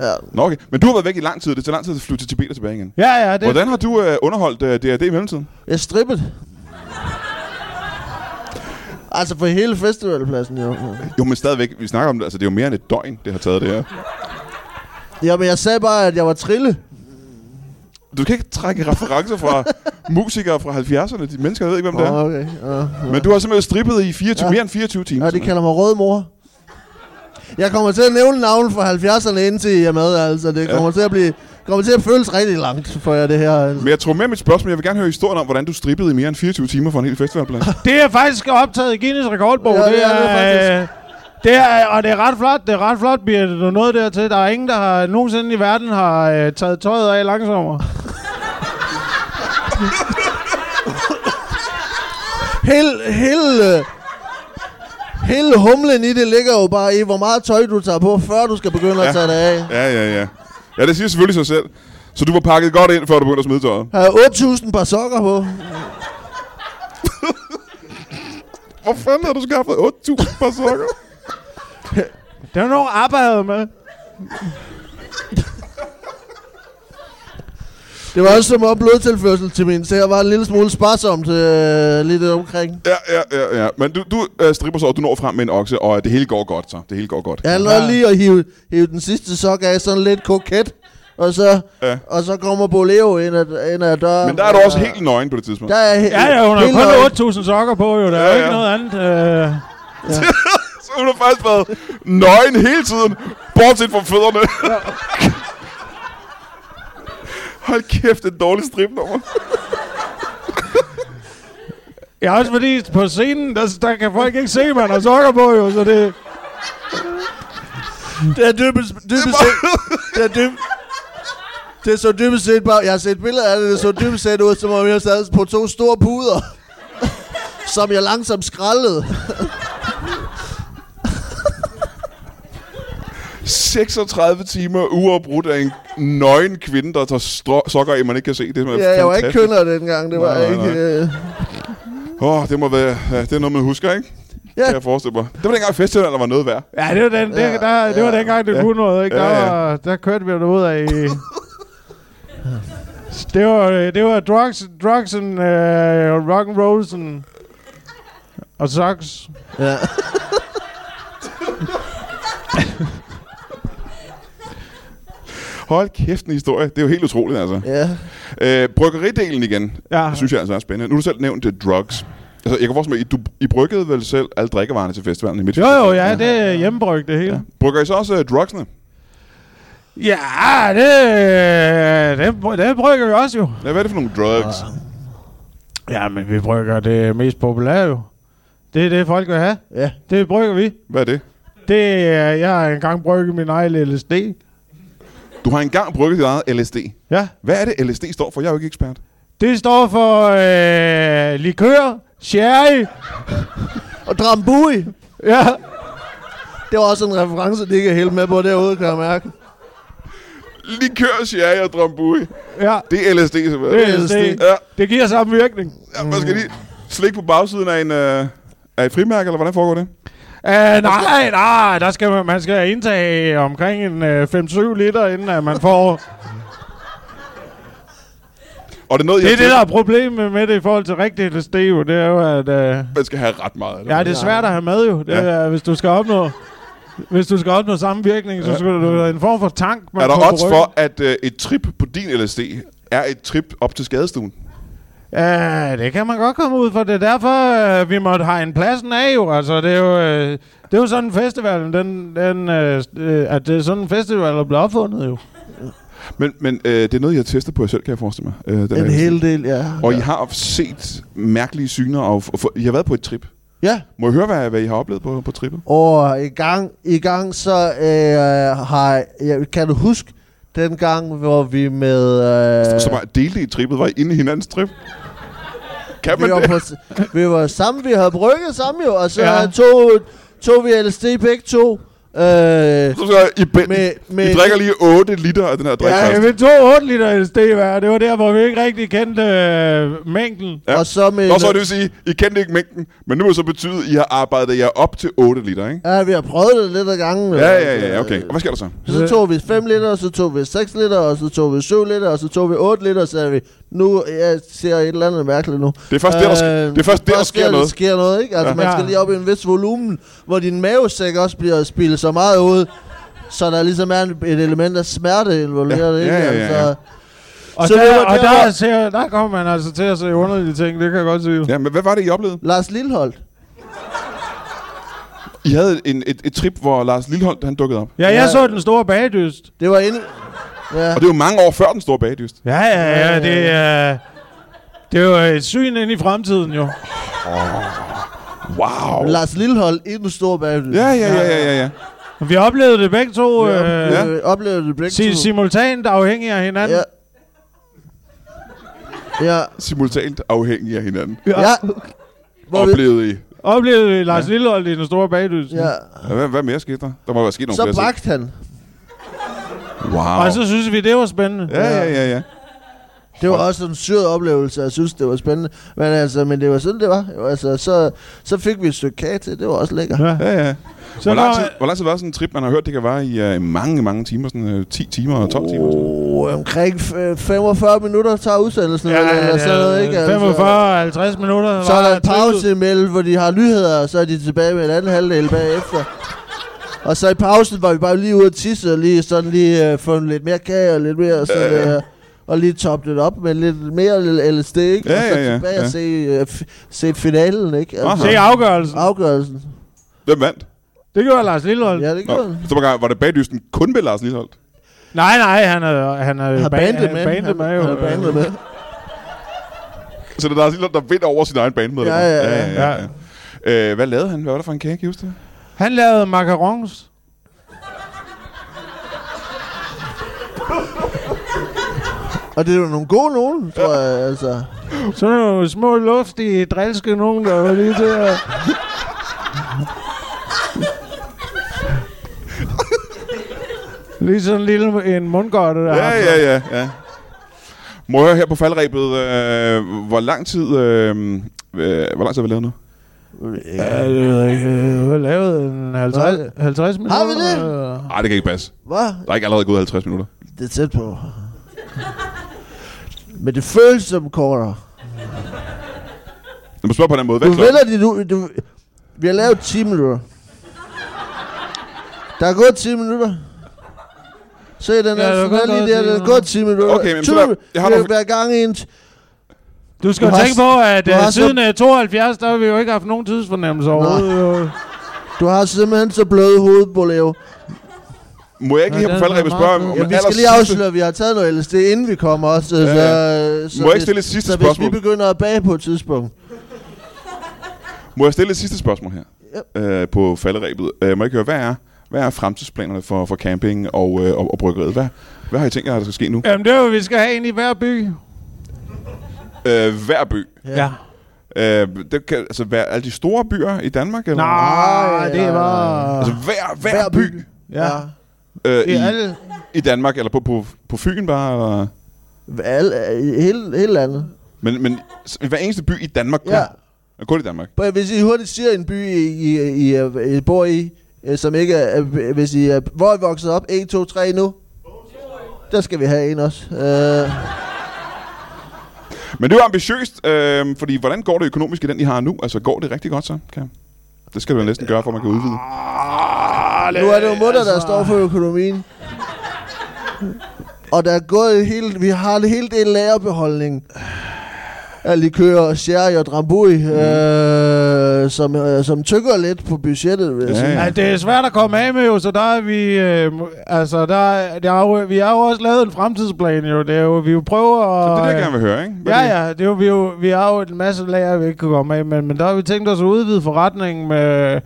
S3: Ja,
S1: Nå, okay. Men du har været væk i lang tid. Det tager lang tid at flyve til Tibet og tilbage igen.
S2: Ja, ja, det.
S1: Hvordan har du øh, underholdt øh, DRD i mellemtiden?
S3: Jeg strippet. Altså for hele festivalpladsen, jo.
S1: Jo, men stadigvæk, vi snakker om det. Altså, det er jo mere end et døgn, det har taget det her.
S3: Jamen, jeg sagde bare, at jeg var trille.
S1: Du kan ikke trække referencer [laughs] fra musikere fra 70'erne. De mennesker ved ikke, hvem det
S3: Åh,
S1: er.
S3: okay. Ja, ja.
S1: Men du har simpelthen strippet i 24,
S3: Ja.
S1: mere end 24 timer.
S3: ja, de kalder mig rød mor. Jeg kommer til at nævne navnet fra 70'erne indtil jeg er med, altså. Det kommer til at blive... kommer til at føles rigtig langt for jer, det her. Altså.
S1: Men jeg tror mere mit spørgsmål, jeg vil gerne høre historien om, hvordan du strippede i mere end 24 timer for en hel festivalplads.
S2: Det er faktisk optaget i Guinness rekordbog.
S3: Ja, det er det
S2: øh, det er, og det er ret flot, det er ret flot, bliver det noget dertil. Der er ingen, der har, nogensinde i verden har øh, taget tøjet af langsommere.
S3: Hele, hele, øh, hele humlen i det ligger jo bare i, hvor meget tøj du tager på, før du skal begynde at tage det af.
S1: [laughs] ja, ja, ja. Ja, det siger selvfølgelig sig selv. Så du var pakket godt ind, før du begyndte at smide tøjet.
S3: Har jeg 8.000 par sokker på?
S1: Hvor fanden har du skaffet 8.000 par sokker?
S2: Det var nogen arbejdet med.
S3: Det var også som om blodtilførsel til min, så jeg var en lille smule sparsomt øh, lidt omkring.
S1: ja, ja, ja, ja. Men du, du øh, stripper så, og du når frem med en okse, og øh, det hele går godt så. Det hele går godt.
S3: Jeg nåede lige at hive, hive den sidste sok af, sådan lidt koket, og så,
S1: Ja.
S3: ja. og så kommer Boleo ind ad, ind ad døren.
S1: Men der er du også helt nøgen på det tidspunkt.
S3: Der er he-
S2: Ja, ja, hun har
S3: helt
S2: kun
S3: nøgen.
S2: 8.000 sokker på, jo. Der er
S1: Ja,
S2: jo ikke
S1: ja.
S2: noget andet. Øh.
S1: Så hun har faktisk været nøgen hele tiden, bortset fra fødderne. Hold kæft, et dårligt stripnummer.
S2: Ja, også fordi på scenen, der, der kan folk ikke se, at man har sokker på, jo. Så det,
S3: Det er dybest, dybest, set, det er dyb, Det så dybest set bare... Jeg har set billeder af det, det så dybest set ud, som om jeg sad på to store puder. [laughs] som jeg langsomt skraldede.
S1: 36 timer uafbrudt af en nøgen kvinde, der tager stro- sokker i, man ikke kan se. Det er
S3: Ja, jeg var ikke
S1: fantastisk.
S3: kønner dengang, det var
S1: Nej,
S3: jeg
S1: nej,
S3: ikke... Øh...
S1: Åh, oh, det må være... Ja, det er noget, man husker, ikke? Ja.
S3: Ja.
S1: Kan jeg forestille mig. Det var dengang festivalen var noget værd.
S2: Ja, det var, den, det,
S3: Ja,
S2: der, det var
S3: ja,
S2: dengang, det
S1: ja.
S2: kunne noget, ikke? Der,
S1: Ja, ja.
S2: var, der kørte vi derud af i... det var, øh, det var drugs, drugs and uh, rock and rolls and, og socks.
S3: Ja.
S1: Hold kæft, en historie. Det er jo helt utroligt, altså.
S3: ja.
S1: Øh, bryggeridelen igen,
S2: Ja.
S1: ja. synes jeg altså er spændende. Nu har du selv nævnt det, drugs. Altså, jeg kan forestille mig, I, du, I bryggede vel selv alle drikkevarerne til festivalen i midt?
S2: Jo, jo, ja, det er hjemmebryg, det hele.
S1: Brygger I så også uh, drugsene?
S2: Ja, det, det, bry- det brygger vi også jo.
S1: Ja, hvad er det for nogle drugs?
S2: Ja, men vi brygger det mest populære jo. Det er det, folk vil have.
S3: Ja.
S2: Det brygger vi.
S1: Hvad er det?
S2: Det er, jeg har engang brygget min egen LSD.
S1: Du har engang brygget dit eget LSD.
S2: Ja,
S1: Hvad er det, LSD står for? Jeg er jo ikke ekspert.
S2: det står for øh, likør, sherry,
S3: Og Drambui,
S2: ja,
S3: det var også en reference, de ikke er helt med på derude, kan jeg mærke.
S1: Likør, sherry og drambui.
S2: ja.
S1: Det er LSD, simpelthen.
S2: Det, er LSD.
S1: Ja,
S2: det giver samme virkning.
S1: ja hvad skal de? Slik på bagsiden af en... Øh, af et frimærke, eller hvordan foregår det?
S2: Uh, nej, nej, der skal man, man skal indtage omkring en øh, 5-7 liter, inden at man får...
S1: Og [laughs] det er noget,
S2: Det er
S1: jeg
S2: det, der er problemet med det i forhold til rigtig LSD, jo. Det er jo, at... Øh,
S1: Man skal have ret meget af det.
S2: ja, det er svært at have med, jo. Det,
S1: Ja.
S2: er, hvis du skal opnå... Hvis du skal opnå samme virkning, så skal du have en form for tank. man
S1: er der
S2: får på
S1: odds
S2: ryggen.
S1: for, at øh, et trip på din LSD er et trip op til skadestuen?
S2: Ja, det kan man godt komme ud for. Det er derfor, øh, vi måtte have en pladsen af jo. Altså, det er jo, øh, det er jo sådan festivalen, den, den, øh, øh, at det er sådan en festival, der blev opfundet jo.
S1: Men, men øh, det er noget, jeg har testet på jer selv, kan jeg forestille mig. Øh, den
S3: En
S1: her
S3: hel del, ja.
S1: Og I har set mærkelige syner, og f- f- I har været på et trip.
S3: Ja.
S1: Må jeg høre, hvad, hvad I har oplevet på, på trippet?
S3: Og øh, i gang, i gang så øh, har jeg, kan du huske den gang, hvor vi med... Øh,
S1: Så var jeg delte I trippet, var I inde i hinandens trip? Kan man
S3: vi, var
S1: det?
S3: på, vi var sammen, vi havde brygget sammen jo, og så
S2: Ja.
S3: ja. tog, tog vi LSD begge to. Øh,
S1: [laughs] Så skal I, ben,
S3: med, med,
S1: I drikker lige 8 liter af den her drik
S2: Ja,
S1: ja,
S2: vi tog 8 liter LSD hver. Det var der, hvor vi ikke rigtig kendte øh, mængden.
S1: Ja.
S3: Og så med...
S1: Nå, så er det vil sige, I kendte ikke mængden, men nu må det så betyde, at I har arbejdet jer op til 8 liter, ikke?
S3: Ja, vi har prøvet det lidt ad gangen. øh,
S1: Ja, ja, ja, okay. Og hvad sker der så?
S3: Så tog vi 5 liter, og så tog vi 6 liter, og så tog vi 7 liter, og så tog vi 8 liter, og så sagde vi, nu jeg ser et eller andet mærkeligt nu. Øh,
S1: Det er først der, der sk- det er først der, der
S3: først
S1: sker noget.
S3: Der sker noget, ikke? Altså,
S1: Ja.
S3: ja. man skal
S2: Ja.
S3: lige op i en vis volumen, hvor din mavesæk også bliver spillet så meget ud, så der ligesom er en- et element af smerte involveret,
S1: Ja,
S3: ikke?
S1: ja, ja, ja.
S3: Altså,
S2: Og,
S3: Så
S2: så der,
S3: det var
S2: og
S3: der,
S2: der,
S3: hvor-
S2: ser, der kommer man altså til at se underlige ting. Det kan jeg godt sige.
S1: Ja, men hvad var det, I oplevede?
S3: Lars Lilholdt.
S1: I havde en, et, et trip, hvor Lars Lilleholdt, han dukkede op.
S2: Ja, jeg
S3: Ja.
S2: så den store bagdyst.
S3: Det var inde... Ja.
S1: Og det er jo mange år før den store bagdyst.
S2: Ja, ja, ja. Det, øh, det er jo øh, et syn ind i fremtiden jo.
S1: Wow.
S3: Lars Lilholdt i den store bagdel.
S1: Ja, ja, ja, ja, ja. ja.
S2: Og Vi oplevede det begge to. Øh,
S3: Ja. Øh, oplevede det begge
S2: Si-
S3: to.
S2: simultant afhængig af hinanden.
S3: Ja. Ja.
S1: Simultant afhængige af hinanden.
S3: Ja. Hvor vi-
S1: Oplevede I.
S2: Oplevede I øh, Lars ja. Lillehold i den store bagdys.
S3: Ja.
S1: Ja, hvad, hvad mere skete der? Der må være sket nogle
S3: Så
S1: flere ting.
S3: bagte han.
S1: Wow.
S2: Og så synes vi, det var spændende.
S1: Ja, ja, ja, ja.
S3: Det var også en syret oplevelse, og jeg synes, det var spændende. Men, altså, men det var sådan, det var. Jo, Altså, så, så fik vi et stykke kage til, det var også lækkert.
S2: Ja.
S1: ja, ja.
S2: Så
S1: Hvor, lang
S2: var-
S1: tid, hvor lang tid var sådan en trip, man har hørt, det kan være i uh, mange, mange timer? Sådan uh, 10 timer og 12 timer? Sådan.
S3: Oh, omkring f- 45 minutter tager udsendelsen.
S2: Ja,
S3: eller, eller sådan noget, ikke? Altså,
S2: 45 50 minutter.
S3: Så er
S2: var
S3: der en pause
S2: trivsel.
S3: imellem, hvor de har nyheder, og så er de tilbage med en anden halvdel bagefter. Og så i pausen var vi bare lige ude at tisse, og lige sådan lige øh, få lidt mere kage og lidt mere sådan, øh, og lige toppe det op med lidt mere l- LSD, ikke?
S1: Ja,
S3: og så
S1: ja, ja,
S3: tilbage
S1: ja.
S3: og se, øh, f- se finalen, ikke? Altså,
S1: Aha.
S2: Se afgørelsen.
S3: afgørelsen.
S1: Hvem vandt?
S2: Det gjorde Lars Lillehold.
S3: Ja, det
S1: Nå,
S3: gjorde den.
S1: så var, gang- var det bagdysten kun med Lars Lilleholdt?
S2: Nej, nej, han er han er
S3: har
S2: ba-
S3: bandet
S2: han
S3: med.
S2: er bandet med. jo. øh.
S3: Han har bandet med.
S1: Så det er Lars Lilleholdt, der vinder over sin egen banemedlem?
S3: Ja, ja, ja.
S2: Ja.
S1: ja. Øh, hvad lavede han? Hvad var der for en kage, kan I huske det?
S2: Han lavede macarons.
S3: Og det er jo nogle gode nogen, tror jeg, altså.
S2: Så er nogle små luftige, drilske nogen, der var lige til at... Lige sådan en lille en mundgård, der
S1: Ja, ja, ja, ja. Må jeg høre her på faldrebet, øh, hvor lang tid... Øh, øh, hvor lang tid har vi lavet nu?
S2: ja. det ved jeg ikke. Øh, Vi har lavet en 50, 50 minutter.
S3: Har vi det?
S2: eller-
S1: Nej, det kan ikke passe.
S3: Hvad?
S1: Der er ikke allerede gået 50 minutter.
S3: Det er tæt
S1: [laughs]
S3: på. Men det føles som kortere.
S1: Når man spørger på den måde, hvad
S3: Du
S1: er klokken?
S3: vælger dit ud. Du, vi har lavet 10 minutter. Der er gået 10 minutter. Se, den
S2: Ja,
S3: er
S2: der er
S3: ja,
S2: gået
S3: lige
S2: 10
S3: der. Den er
S2: minutter.
S3: gået 10 minutter.
S1: Okay, men så
S3: Tyve
S1: der-
S3: minutter.
S1: jeg har
S3: Vi
S1: nogle-
S3: været gang i en... T-
S2: Du skal
S3: Du
S2: du
S3: har
S2: tænke
S3: s-
S2: på, at
S3: du
S2: øh,
S3: har så-
S2: siden øh, 72, der har vi jo ikke haft nogen tidsfornemmelse overhovedet.
S3: du har simpelthen så bløde hoved, Boleo.
S1: Må jeg ikke lige
S2: Ja,
S1: her på
S2: den er
S1: faldrebet
S2: meget
S1: spørge om...
S2: fed.
S1: om
S3: Ja, vi skal
S1: aller
S3: lige
S1: sidste-
S3: afsløre, at vi har taget noget LSD, inden vi kommer også. Så,
S1: Ja,
S3: så,
S1: Må jeg ikke stille et sidste
S3: så
S1: spørgsmål?
S3: hvis vi begynder at bage på et tidspunkt.
S1: Må jeg stille et sidste spørgsmål her øh, på falderæbet? Øh, må jeg ikke høre, hvad er, hvad er fremtidsplanerne for, for camping og, øh, og, og bryggeriet? Hvad, hvad har I tænkt jer, der skal ske nu?
S2: Øh. Jamen, det er jo, vi skal have en i hver by.
S1: Øh, hver by.
S3: Ja. Ja.
S1: Øh, det kan altså være alle de store byer i Danmark? Eller?
S2: Nej, det var...
S1: Altså hver, hver, hver by, by.
S2: Ja.
S1: Øh,
S2: Det er
S1: i,
S2: alle...
S1: i Danmark, eller på, på, på Fyn bare? Eller?
S3: Al, i hele, hele landet.
S1: Men, men s- hver eneste by i Danmark kun?
S3: Ja.
S1: Ja. Kun i Danmark?
S3: Prøv at- Hvis I hurtigt siger en by, I, I, I, er- I bor i, øh, som ikke er... er- Hvis I er, hvor er I vokset op? 1, 2, 3 nu? Der skal vi have en også. Øh,
S1: Men det er jo ambitiøst, øh, fordi hvordan går det økonomisk i den, I har nu? Altså går det rigtig godt så? Kan? Det skal du jo næsten gøre, for at man kan udvide.
S3: nu er det
S1: Øh,
S3: jo mutter,
S1: altså-
S3: der står for økonomien. Og der er gået helt... Vi har det hele del lagerbeholdning. Af likører og sherry og drambui,
S1: Mm.
S3: øh, som, øh, som tykker lidt på budgettet, vil jeg
S1: Ja,
S3: sige.
S2: Ja, det er svært at komme af med jo, så der er vi... Øh, altså, der, er- der er jo, vi har jo også lavet en fremtidsplan jo. Det er jo, vi jo prøver at...
S1: Det er det, jeg gerne vil høre, ikke? Hvad
S2: Ja,
S1: er det?
S2: ja, det er jo, vi, er jo, vi har jo en masse lager, vi ikke kan komme af, men, men der har vi tænkt os at udvide forretningen med,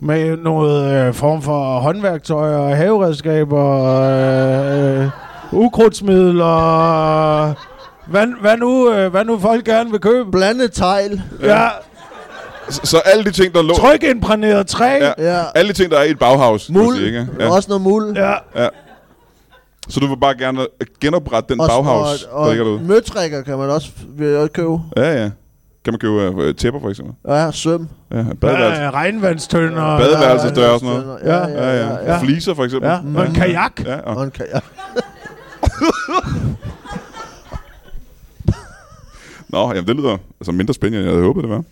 S2: med noget øh, form for håndværktøj og haveredskaber og øh, øh, ukrudtsmiddel og... Hvad, hvad, nu, øh, hvad nu folk gerne vil købe?
S3: Blandet tegl.
S2: Ja,
S1: Så, så alle de ting, der lå...
S2: trykimprægneret træ.
S1: Ja.
S3: Ja.
S1: Alle de ting, der er i et baghavs. kan man
S3: Mul.
S1: sige, ikke?
S3: Ja. Også noget mul.
S2: ja.
S1: Så du vil bare gerne øh, genoprette den
S3: Og-
S1: baghavs,
S3: og, og,
S1: der ligger derude?
S3: møtrikker kan man også, vil jeg også købe.
S1: Ja, ja. Kan man købe øh, tæpper, for eksempel?
S3: Ja, søm.
S1: Ja, badeværelse.
S2: Ja, regnvandstønder.
S1: Bad- Badeværelsesdør og sådan noget.
S3: Ja,
S1: Ja, ja. ja,
S3: ja.
S1: Fliser, for eksempel.
S2: Ja, og en kajak.
S1: Ja, og,
S3: Og en ka- ja.
S1: nå, jamen, det lyder altså mindre spændende, end jeg havde håbet, det var.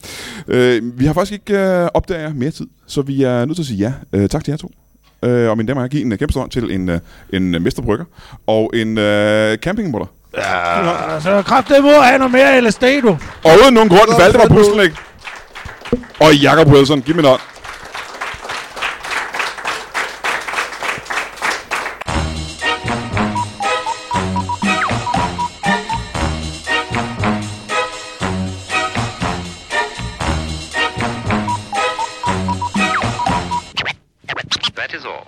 S1: Øh, vi har faktisk ikke øh, opdaget jer mere tid, så vi er nødt til at sige ja. Øh, tak til jer to. Øh, og mine damer og herrer, giv en øh, kæmpe stor hånd til en, øh, en øh, mesterbrygger og en øh, campingmutter.
S2: Ja, så kraftedeme ud at have noget mere LSD, du.
S1: Og uden nogen grund, Valdemar Puslenik og Jakob Wilson. Giv mig en hånd.
S5: That is all.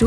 S6: Du